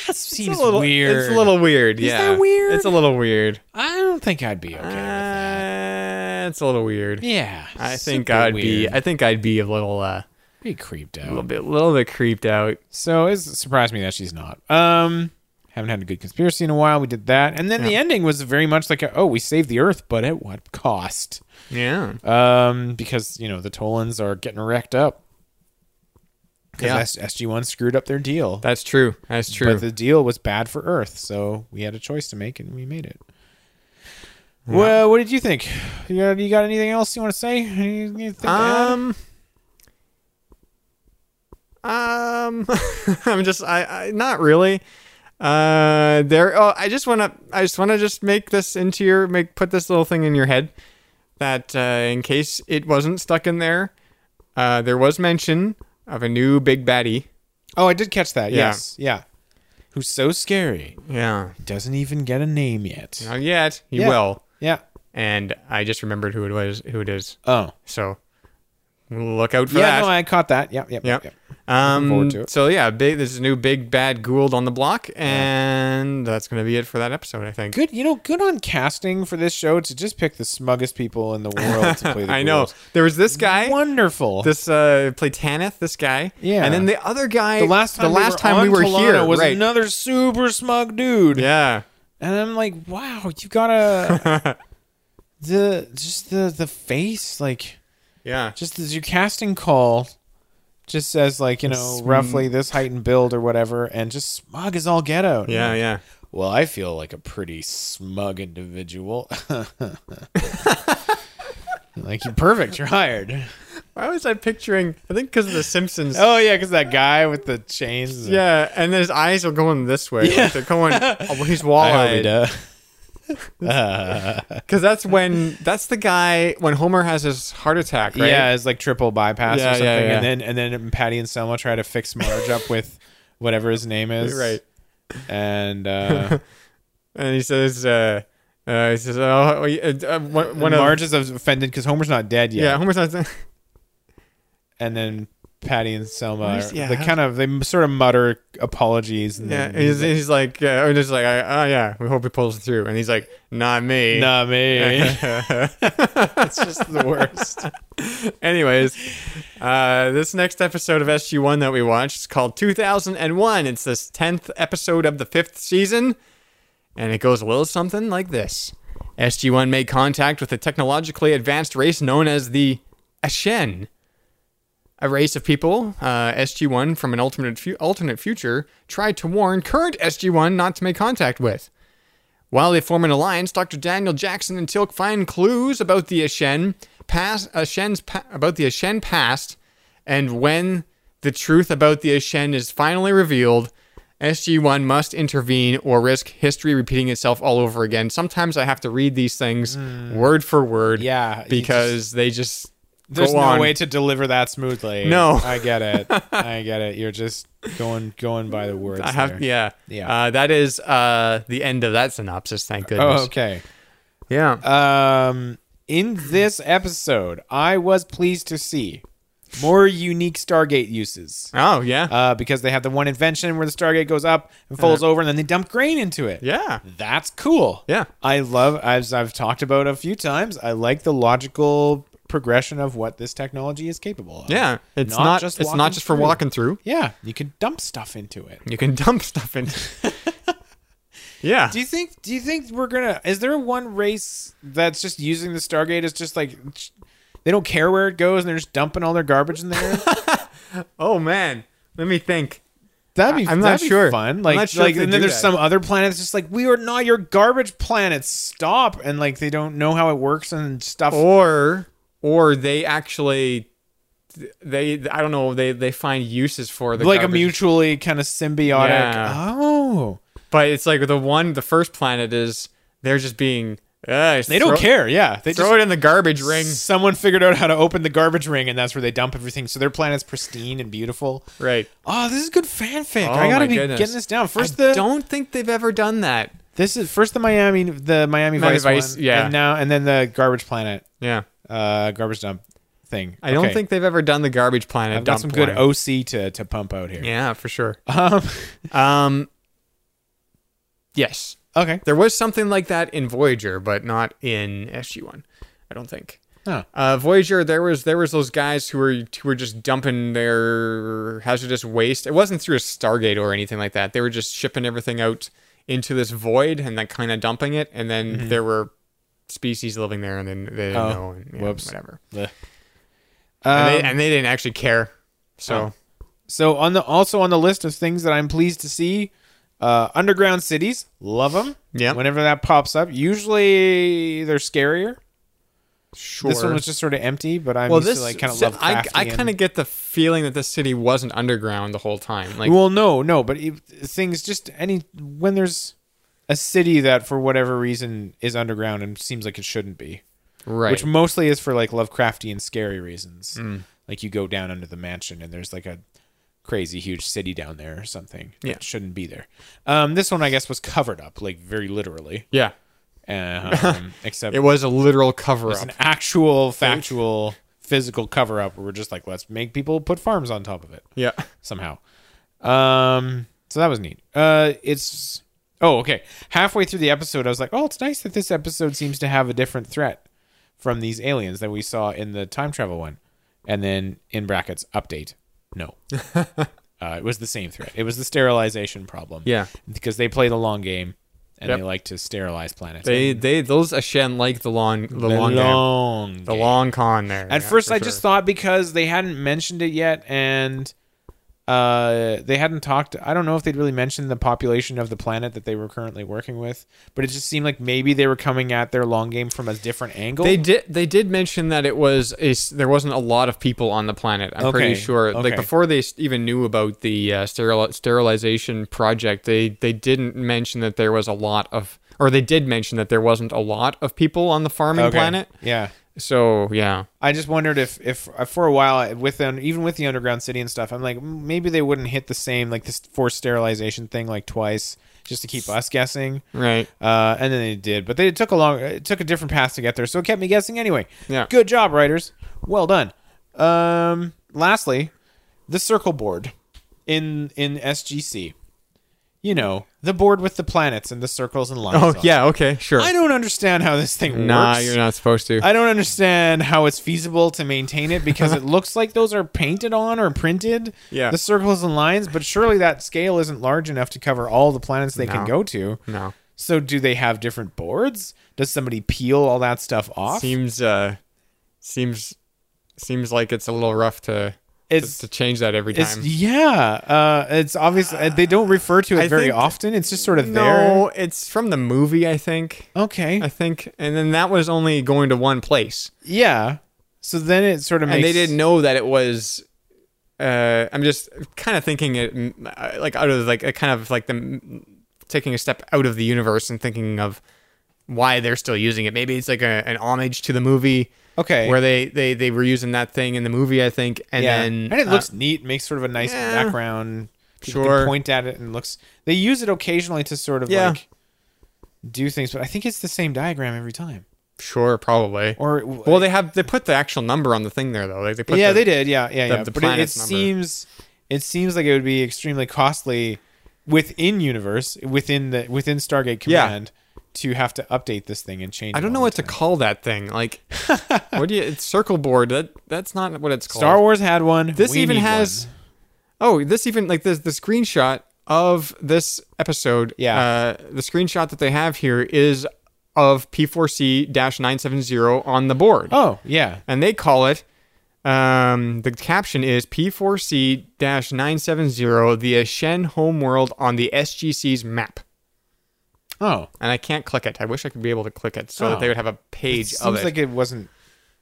Uh-huh. seems It's a little weird. It's a little weird. yeah. that weird? It's a little weird. I don't think I'd be okay with that. Uh, it's a little weird. Yeah, I think super I'd be. weird. I think I'd be a little, uh, be creeped out. a little bit, little bit creeped out. So it surprised me that she's not. Um, haven't had a good conspiracy in a while. We did that, and then the ending was very much like, a, oh, we saved the Earth, but at what cost? Yeah. Um, because you know the Tolans are getting wrecked up. Yeah. Because SG One screwed up their deal, That's true. That's true. but the deal was bad for Earth, so we had a choice to make, and we made it. Well, what did you think? You got, you got anything else you want to say? Anything to add? Um. Um. [LAUGHS] I'm just. I, I. Not really. Uh. There. Oh. I just want to. I just want to just make this into your. Make put this little thing in your head. That uh, in case it wasn't stuck in there, uh, there was mention of a new big baddie. Oh, I did catch that. Yeah. Yes. Yeah. Who's so scary. Yeah. Doesn't even get a name yet. Not yet. You Yeah. will. Yeah. And I just remembered who it was. Who it is. Oh. So look out for that. yeah, no, I caught that. Yep, yep, Yep. yep. yep. Um, forward to it. So yeah, big, this is new big bad Gould on the block, and that's gonna be it for that episode, I think. Good, you know, good on casting for this show to just pick the smuggest [LAUGHS] people in the world to play the I know ghouls. there was this guy, Wonderful. this uh, Platanith, this guy, Yeah. and then the other guy. the last time the last time on we were Talana here was right. another super smug dude. Yeah, And I'm like, wow, you gotta [LAUGHS] the just the the face, like yeah, just as your casting call just says like, you know, roughly this height and build or whatever, and just smug as all get out. yeah, yeah. Well, I feel like a pretty smug individual. [LAUGHS] like you're perfect. [LAUGHS] You're hired. Why was I picturing? I think because of the Simpsons. Oh yeah, because that guy with the chains. Yeah, and his eyes are going this way. like they're going. [LAUGHS] Oh, he's I hope he walleyed. does. Because that's when that's the guy when Homer has his heart attack. Right? Yeah, it's like triple bypass Yeah, or yeah, something, yeah. and then and then Patty and Selma try to fix Marge up with whatever his name is. Right. And uh, and he says, uh, uh, he says, oh, uh, uh, one, [LAUGHS] one when of Marge is offended because Homer's not dead yet. yeah, Homer's not. And then Patty and Selma, Where's- yeah, they how- kind of they sort of mutter apologies. And Yeah, then he's, [LAUGHS] he's like, uh, or just like, I- oh yeah, we hope he pulls through, and he's like, not me. [LAUGHS] Not me. it's just the worst. Anyways, uh, this next episode of SG One that we watched is called 2001. It's this tenth episode of the fifth season, and it goes a little something like this: SG One made contact with a technologically advanced race known as the Ashen. A race of people, uh, SG1 from an alternate fu- alternate future, tried to warn current SG1 not to make contact with. While they form an alliance, Dr. Daniel Jackson and Tilk find clues about the Ashen past, Ashen's pa- about the Ashen past, and when the truth about the Ashen is finally revealed, SG1 must intervene or risk history repeating itself all over again. Sometimes I have to read these things word for word, Hmm. Yeah, you because they just [LAUGHS] There's go no on. way to deliver that smoothly. No. I [LAUGHS] get it. I get it. You're just going going by the words. I have, there. yeah, Yeah. Uh, that is uh, the end of that synopsis. Thank goodness. Oh, okay. Yeah. Um, in this episode, I was pleased to see more unique Stargate uses. oh, yeah. Uh, because they have the one invention where the Stargate goes up and folds over, and then they dump grain into it. Uh-huh. yeah. That's cool. Yeah. I love as I've talked about a few times, I like the logical progression of what this technology is capable of. Yeah. It's not, it's walking not just for through. walking through. Yeah, you can dump stuff into it. You can [LAUGHS] dump stuff [LAUGHS] in. yeah. Do you think do you think we're going to is there one race that's just using the Stargate as just like ch- They don't care where it goes, and they're just dumping all their garbage in there. Oh man, let me think. [LAUGHS] That'd be I'm not that'd be sure. fun. I'm Like not sure like if they and then do there's that. some other planet that's just like we are not your garbage planet. Stop and like they don't know how it works and stuff. Or or they actually they I don't know they they find uses for the like a garbage. mutually kind of symbiotic. Yeah. Oh, But it's like the one the first planet is they're just being uh, they don't care. Yeah, they Throw just it in the garbage ring. Someone figured out how to open the garbage ring, and that's where they dump everything. So their planet's pristine and beautiful. Right. Oh, this is good fanfic. Oh I my gotta be goodness. getting this down. First I the don't think they've ever done that. this is first the Miami the Miami, Miami Vice, Vice, one, yeah. and now and then the garbage planet Yeah. uh garbage dump thing. I don't Okay. think they've ever done the garbage planet. I've got dump some good one. OC to, to pump out here. Yeah, for [LAUGHS] sure. Um, Um Yes. okay. There was something like that in Voyager, but not in SG1. I don't think. Huh. Uh, Voyager, there was there was those guys who were who were just dumping their hazardous waste. It wasn't through a Stargate or anything like that. They were just shipping everything out into this void and then kind of dumping it. And then there were species living there, and then they didn't Mm-hmm. Oh, know. And, yeah, whoops. Whatever. Blech. and, they, Um, oh, and they didn't actually care. So So on the also on the list of things that I'm pleased to see, uh, underground cities, love them. Yeah. Whenever that pops up, usually they're scarier. sure. This one was just sort of empty, but I'm well, used this to like kind of so love. I I kind of get the feeling that this city wasn't underground the whole time. Like well, no, no, but it, things just any when there's a city that for whatever reason is underground and seems like it shouldn't be. right. Mm. which mostly is for like Lovecrafty and scary reasons. Like you go down under the mansion and there's like a crazy huge city down there or something. that Yeah. shouldn't be there. Um, this one I guess was covered up, like very literally. yeah. Um, [LAUGHS] except It was a literal cover it's up. an actual, factual, physical cover up where we're just like, let's make people put farms on top of it Yeah. somehow. Um, so that was neat. Uh, it's oh okay. Halfway through the episode, I was like, oh, it's nice that this episode seems to have a different threat from these aliens that we saw in the time travel one, and then in brackets update, [LAUGHS] no. Uh, it was the same threat. It was the sterilization problem. Yeah. because they play the long game, and Yep. they like to sterilize planets. They they those Ashen like the long the, long, game. long the game. long con there. At first, I just thought because they hadn't mentioned it yet, and uh, they hadn't talked. I don't know if they'd really mentioned the population of the planet that they were currently working with, but it just seemed like maybe they were coming at their long game from a different angle. they did they did mention that it was a s there wasn't a lot of people on the planet. I'm pretty Okay, sure like okay. before they s- even knew about the uh, steril- sterilization project, they they didn't mention that there was a lot of or they did mention that there wasn't a lot of people on the farming Okay. planet. Yeah, So yeah, I just wondered if, if uh, for a while with them, even with the underground city and stuff, I'm like "Mm, maybe they wouldn't hit the same like this forced sterilization thing like twice just to keep us guessing. right. Uh, and then they did, but they took a long, it took a different path to get there, so it kept me guessing anyway. Yeah. Good job, writers. Well done. Um, lastly, the circle board in in SGC. You know, the board with the planets and the circles and lines. Oh on it. yeah, okay, sure. I don't understand how this thing Nah, works. you're not supposed to. I don't understand how it's feasible to maintain it because [LAUGHS] it looks like those are painted on or printed. Yeah. The circles and lines, but surely that scale isn't large enough to cover all the planets they No. can go to. no. So do they have different boards? Does somebody peel all that stuff off? seems uh seems seems like it's a little rough to It's- to, to change that every it's time. yeah. Uh, it's obvious uh, they don't refer to it I very think- often. It's just sort of No, it's from the movie, I think. there. Okay. I think, and then that was only going to one place, yeah. So then it sort of makes and they didn't know that it was. Uh, I'm just kind of thinking it mm, uh, like out of like a kind of like the mm, taking a step out of the universe and thinking of why they're still using it. Maybe it's like a, an homage to the movie. Okay. Where they, they, they were using that thing in the movie, I think, and yeah. then and it uh, looks neat. Makes sort of a nice yeah. background. People Sure. Can point at it and looks. They use it occasionally to sort of Yeah. like do things, but I think it's the same diagram every time. uh, Sure, probably. Or well, they have they put the actual number on the thing there though. Like they put yeah, the- they did. Yeah, yeah, the- yeah. the but it, it planet's number. seems it seems like it would be extremely costly within universe within the within Stargate Yeah. Command to have to update this thing and change. I don't know what to call that thing. [LAUGHS] Like, what do you? It's circle board. That that's not what it's called. Star Wars had one. This we even need has. one. Oh, this even like this the screenshot of this episode. Yeah. Uh, the screenshot that they have here is of P4C 970 on the board. Oh, yeah. And they call it, um, the caption is P4C 970, the Ashen homeworld on the SGC's map. Oh. And I can't click it. I wish I could be able to click it so that Oh. they would have a page of Seems it. like it wasn't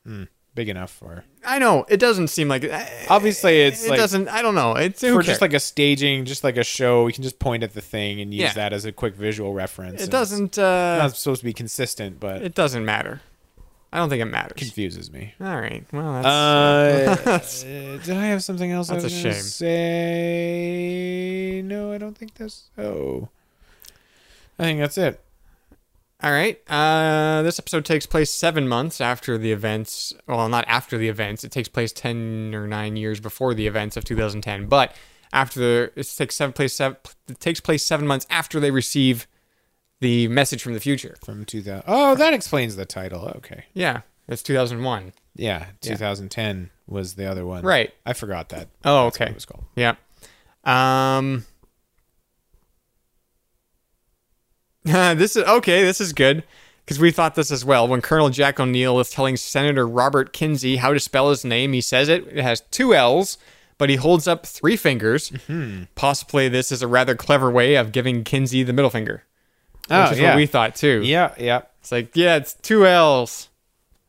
mm, big enough for. I know. It doesn't seem like it. Obviously, it's it like doesn't. I don't know. It's who for cares? just like a staging, just like a show. We can just point at the thing and use Yeah. that as a quick visual it reference. and doesn't. It's Uh, not supposed to be consistent, but it it doesn't matter. I don't think it matters. confuses me. All right. Well, that's, [LAUGHS] Uh, did I have something else? That's I a was gonna shame. Say no, I don't think that's. Oh, I think that's it. all right. Uh, this episode takes place seven months after the events. Well, not after the events. It takes place ten or nine years before the events of 2010. But after the it takes seven place seven, it takes place seven months after they receive the message from the future. From 2000. Oh, that explains the title. Okay. Yeah, it's 2001. Yeah, 2010 was the other one. Right. I forgot that. Oh, okay. It was called. Yeah. Um. [LAUGHS] this is okay. This is good because we thought this as well. When Colonel Jack O'Neill is telling Senator Robert Kinsey how to spell his name, he says it. It has two L's, but he holds up three fingers. Mm-hmm. Possibly this is a rather clever way of giving Kinsey the middle finger, which Oh, is yeah. what we thought too. Yeah, yeah. It's like, yeah, it's two L's,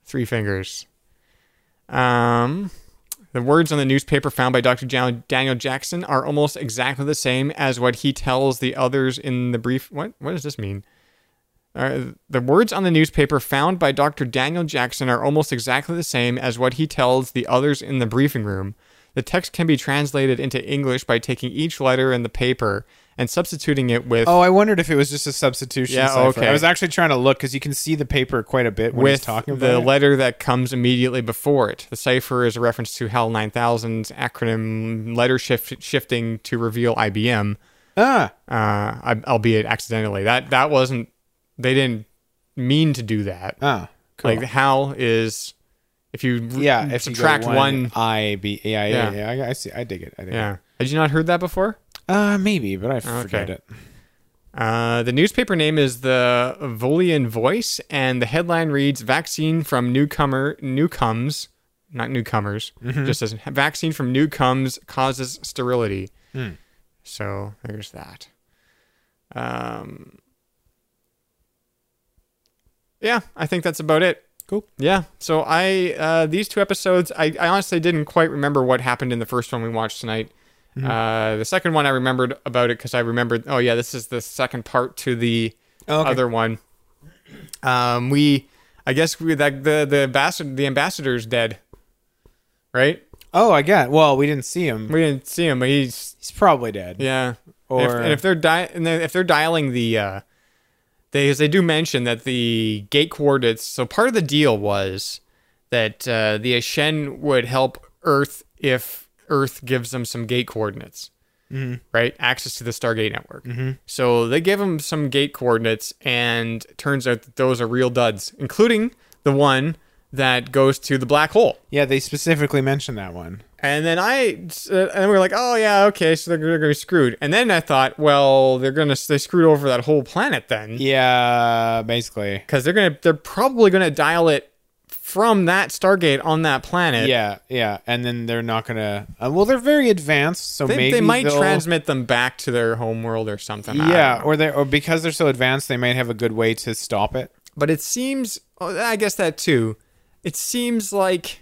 three fingers. Um, the words on the newspaper found by Dr. Jan- Daniel Jackson are almost exactly the same as what he tells the others in the brief. What? What does this mean? Uh, the words on the newspaper found by Dr. Daniel Jackson are almost exactly the same as what he tells the others in the briefing room. The text can be translated into English by taking each letter in the paper and substituting it with Oh, I wondered if it was just a substitution. Yeah, cipher. okay. I was actually trying to look because you can see the paper quite a bit when with he's talking about the it. letter that comes immediately before it. The cipher is a reference to HAL 9000's acronym letter shift shifting to reveal IBM, uh, ah, I- albeit accidentally. That that wasn't they didn't mean to do that. ah, cool. Like HAL is if you r- yeah, Mm, if subtract you go uh, one, I B. Yeah, yeah, Yeah. yeah. I, I see. I dig it. I dig yeah. Had you not heard that before? it. Uh, maybe, but I forget it. Uh, the newspaper name is the Volian Voice, and the headline reads "Vaccine from Newcomer Newcomes." Not newcomers, just as vaccine from newcomes causes sterility. So there's that. Um, yeah, I think that's about it. Cool. Yeah. So I uh, these two episodes, I, I honestly didn't quite remember what happened in the first one we watched tonight. Uh, the second one I remembered about it because I remembered. Oh yeah, this is the second part to the Okay. other one. Um, we, I guess we that the the ambassador the ambassador's dead, right? Oh, I got. Well, we didn't see him. We didn't see him, but he's He's probably dead. yeah. Or- and if, and if they're di- and then if they're dialing the, uh, they 'cause they do mention that the gate coordinates. So part of the deal was that uh, the Ashen would help Earth if Earth gives them some gate coordinates, right? Access to the Stargate network. So they give them some gate coordinates, and it turns out that those are real duds, including the one that goes to the black hole. Yeah, they specifically mentioned that one. And then I uh, and we were like, oh yeah, okay, so they're, they're gonna be screwed. And then I thought, well, they're gonna they screwed over that whole planet then, Yeah, basically. because they're gonna they're probably gonna dial it from that Stargate on that planet. Yeah, yeah, and then they're not gonna. Uh, well, they're very advanced, so they, maybe they might they'll- transmit them back to their home world or something. I Yeah, don't know. or they or because they're so advanced, they might have a good way to stop it. but it seems, oh, I guess that too. It seems like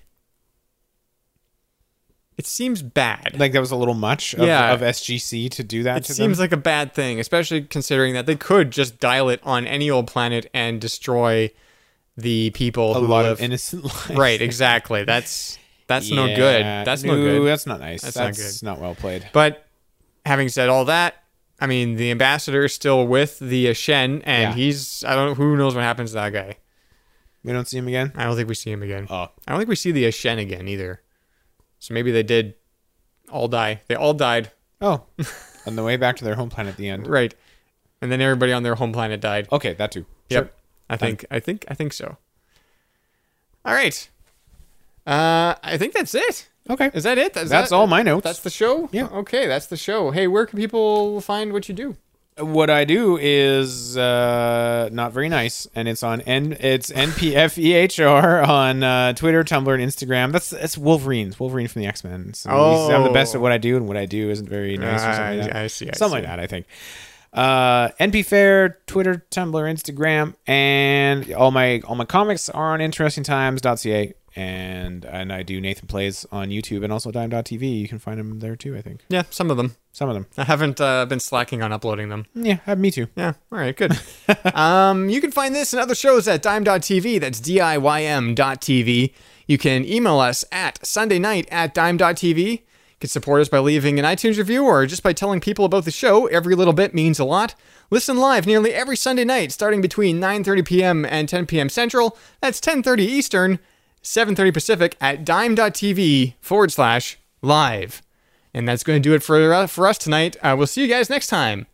it seems bad. Like that was a little much of, Yeah. of SGC to do that. it to seems them. like a bad thing, especially considering that they could just dial it on any old planet and destroy the people a who lot live. of innocent [LAUGHS] lives. [LAUGHS] right, exactly. That's that's no good. Yeah. That's no, No, good. That's not nice. That's That's, not not well played. But having said all that, I mean the ambassador is still with the Ashen, and Yeah. he's I don't who knows what happens to that guy. We don't see him again. I don't think we see him again. Oh. I don't think we see the Ashen again either. So maybe they did all die. They all died. [LAUGHS] Oh, on the way back to their home planet at the end. Right. And then everybody on their home planet died. Okay, that too. Yep. Sure. I think I think I think so. All right. Uh I think that's it. Okay. Is that it? Is That's that- all my notes. That's the show? Yeah. Okay, that's the show. Hey, where can people find what you do? what I do is uh, not very nice, and it's on N. It's NPFEHR on uh, Twitter, Tumblr, and Instagram. That's that's Wolverine's Wolverine from the X Men. So he's- I'm the best at what I do, and what I do isn't very nice. or something like that. I- I see, I something see. like that. I think. Uh, NP Fair, Twitter, Tumblr, Instagram, and all my all my comics are on interestingtimes.ca, and and I do Nathan plays on YouTube and also Dime.tv. You can find them there too. I think Yeah, some of them. some of them. I haven't uh, been slacking on uploading them. Yeah, uh, me too. Yeah, all right, good. [LAUGHS] um, you can find this and other shows at dime.tv. That's D I Y M.tv. You can email us at Sunday night at dime.tv. You can support us by leaving an iTunes review or just by telling people about the show. Every little bit means a lot. Listen live nearly every Sunday night, starting between 9.30 p.m. and 10 p.m. Central. That's 10.30 Eastern, 7.30 Pacific at dime.tv forward slash live. And that's going to do it for, uh, for us tonight. Uh, we'll see you guys next time.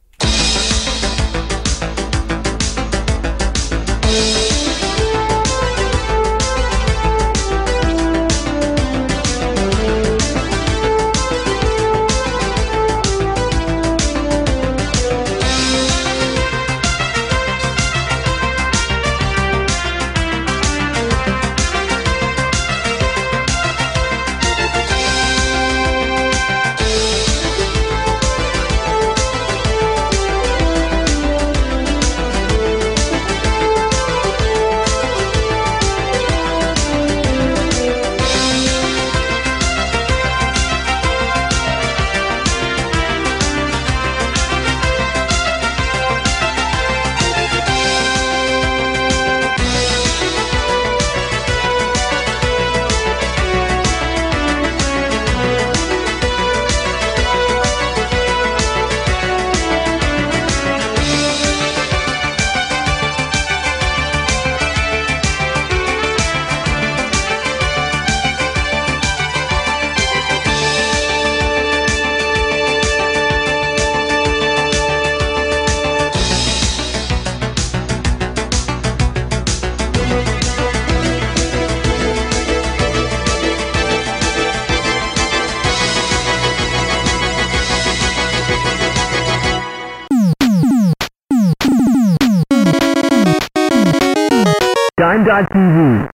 Dime.tv.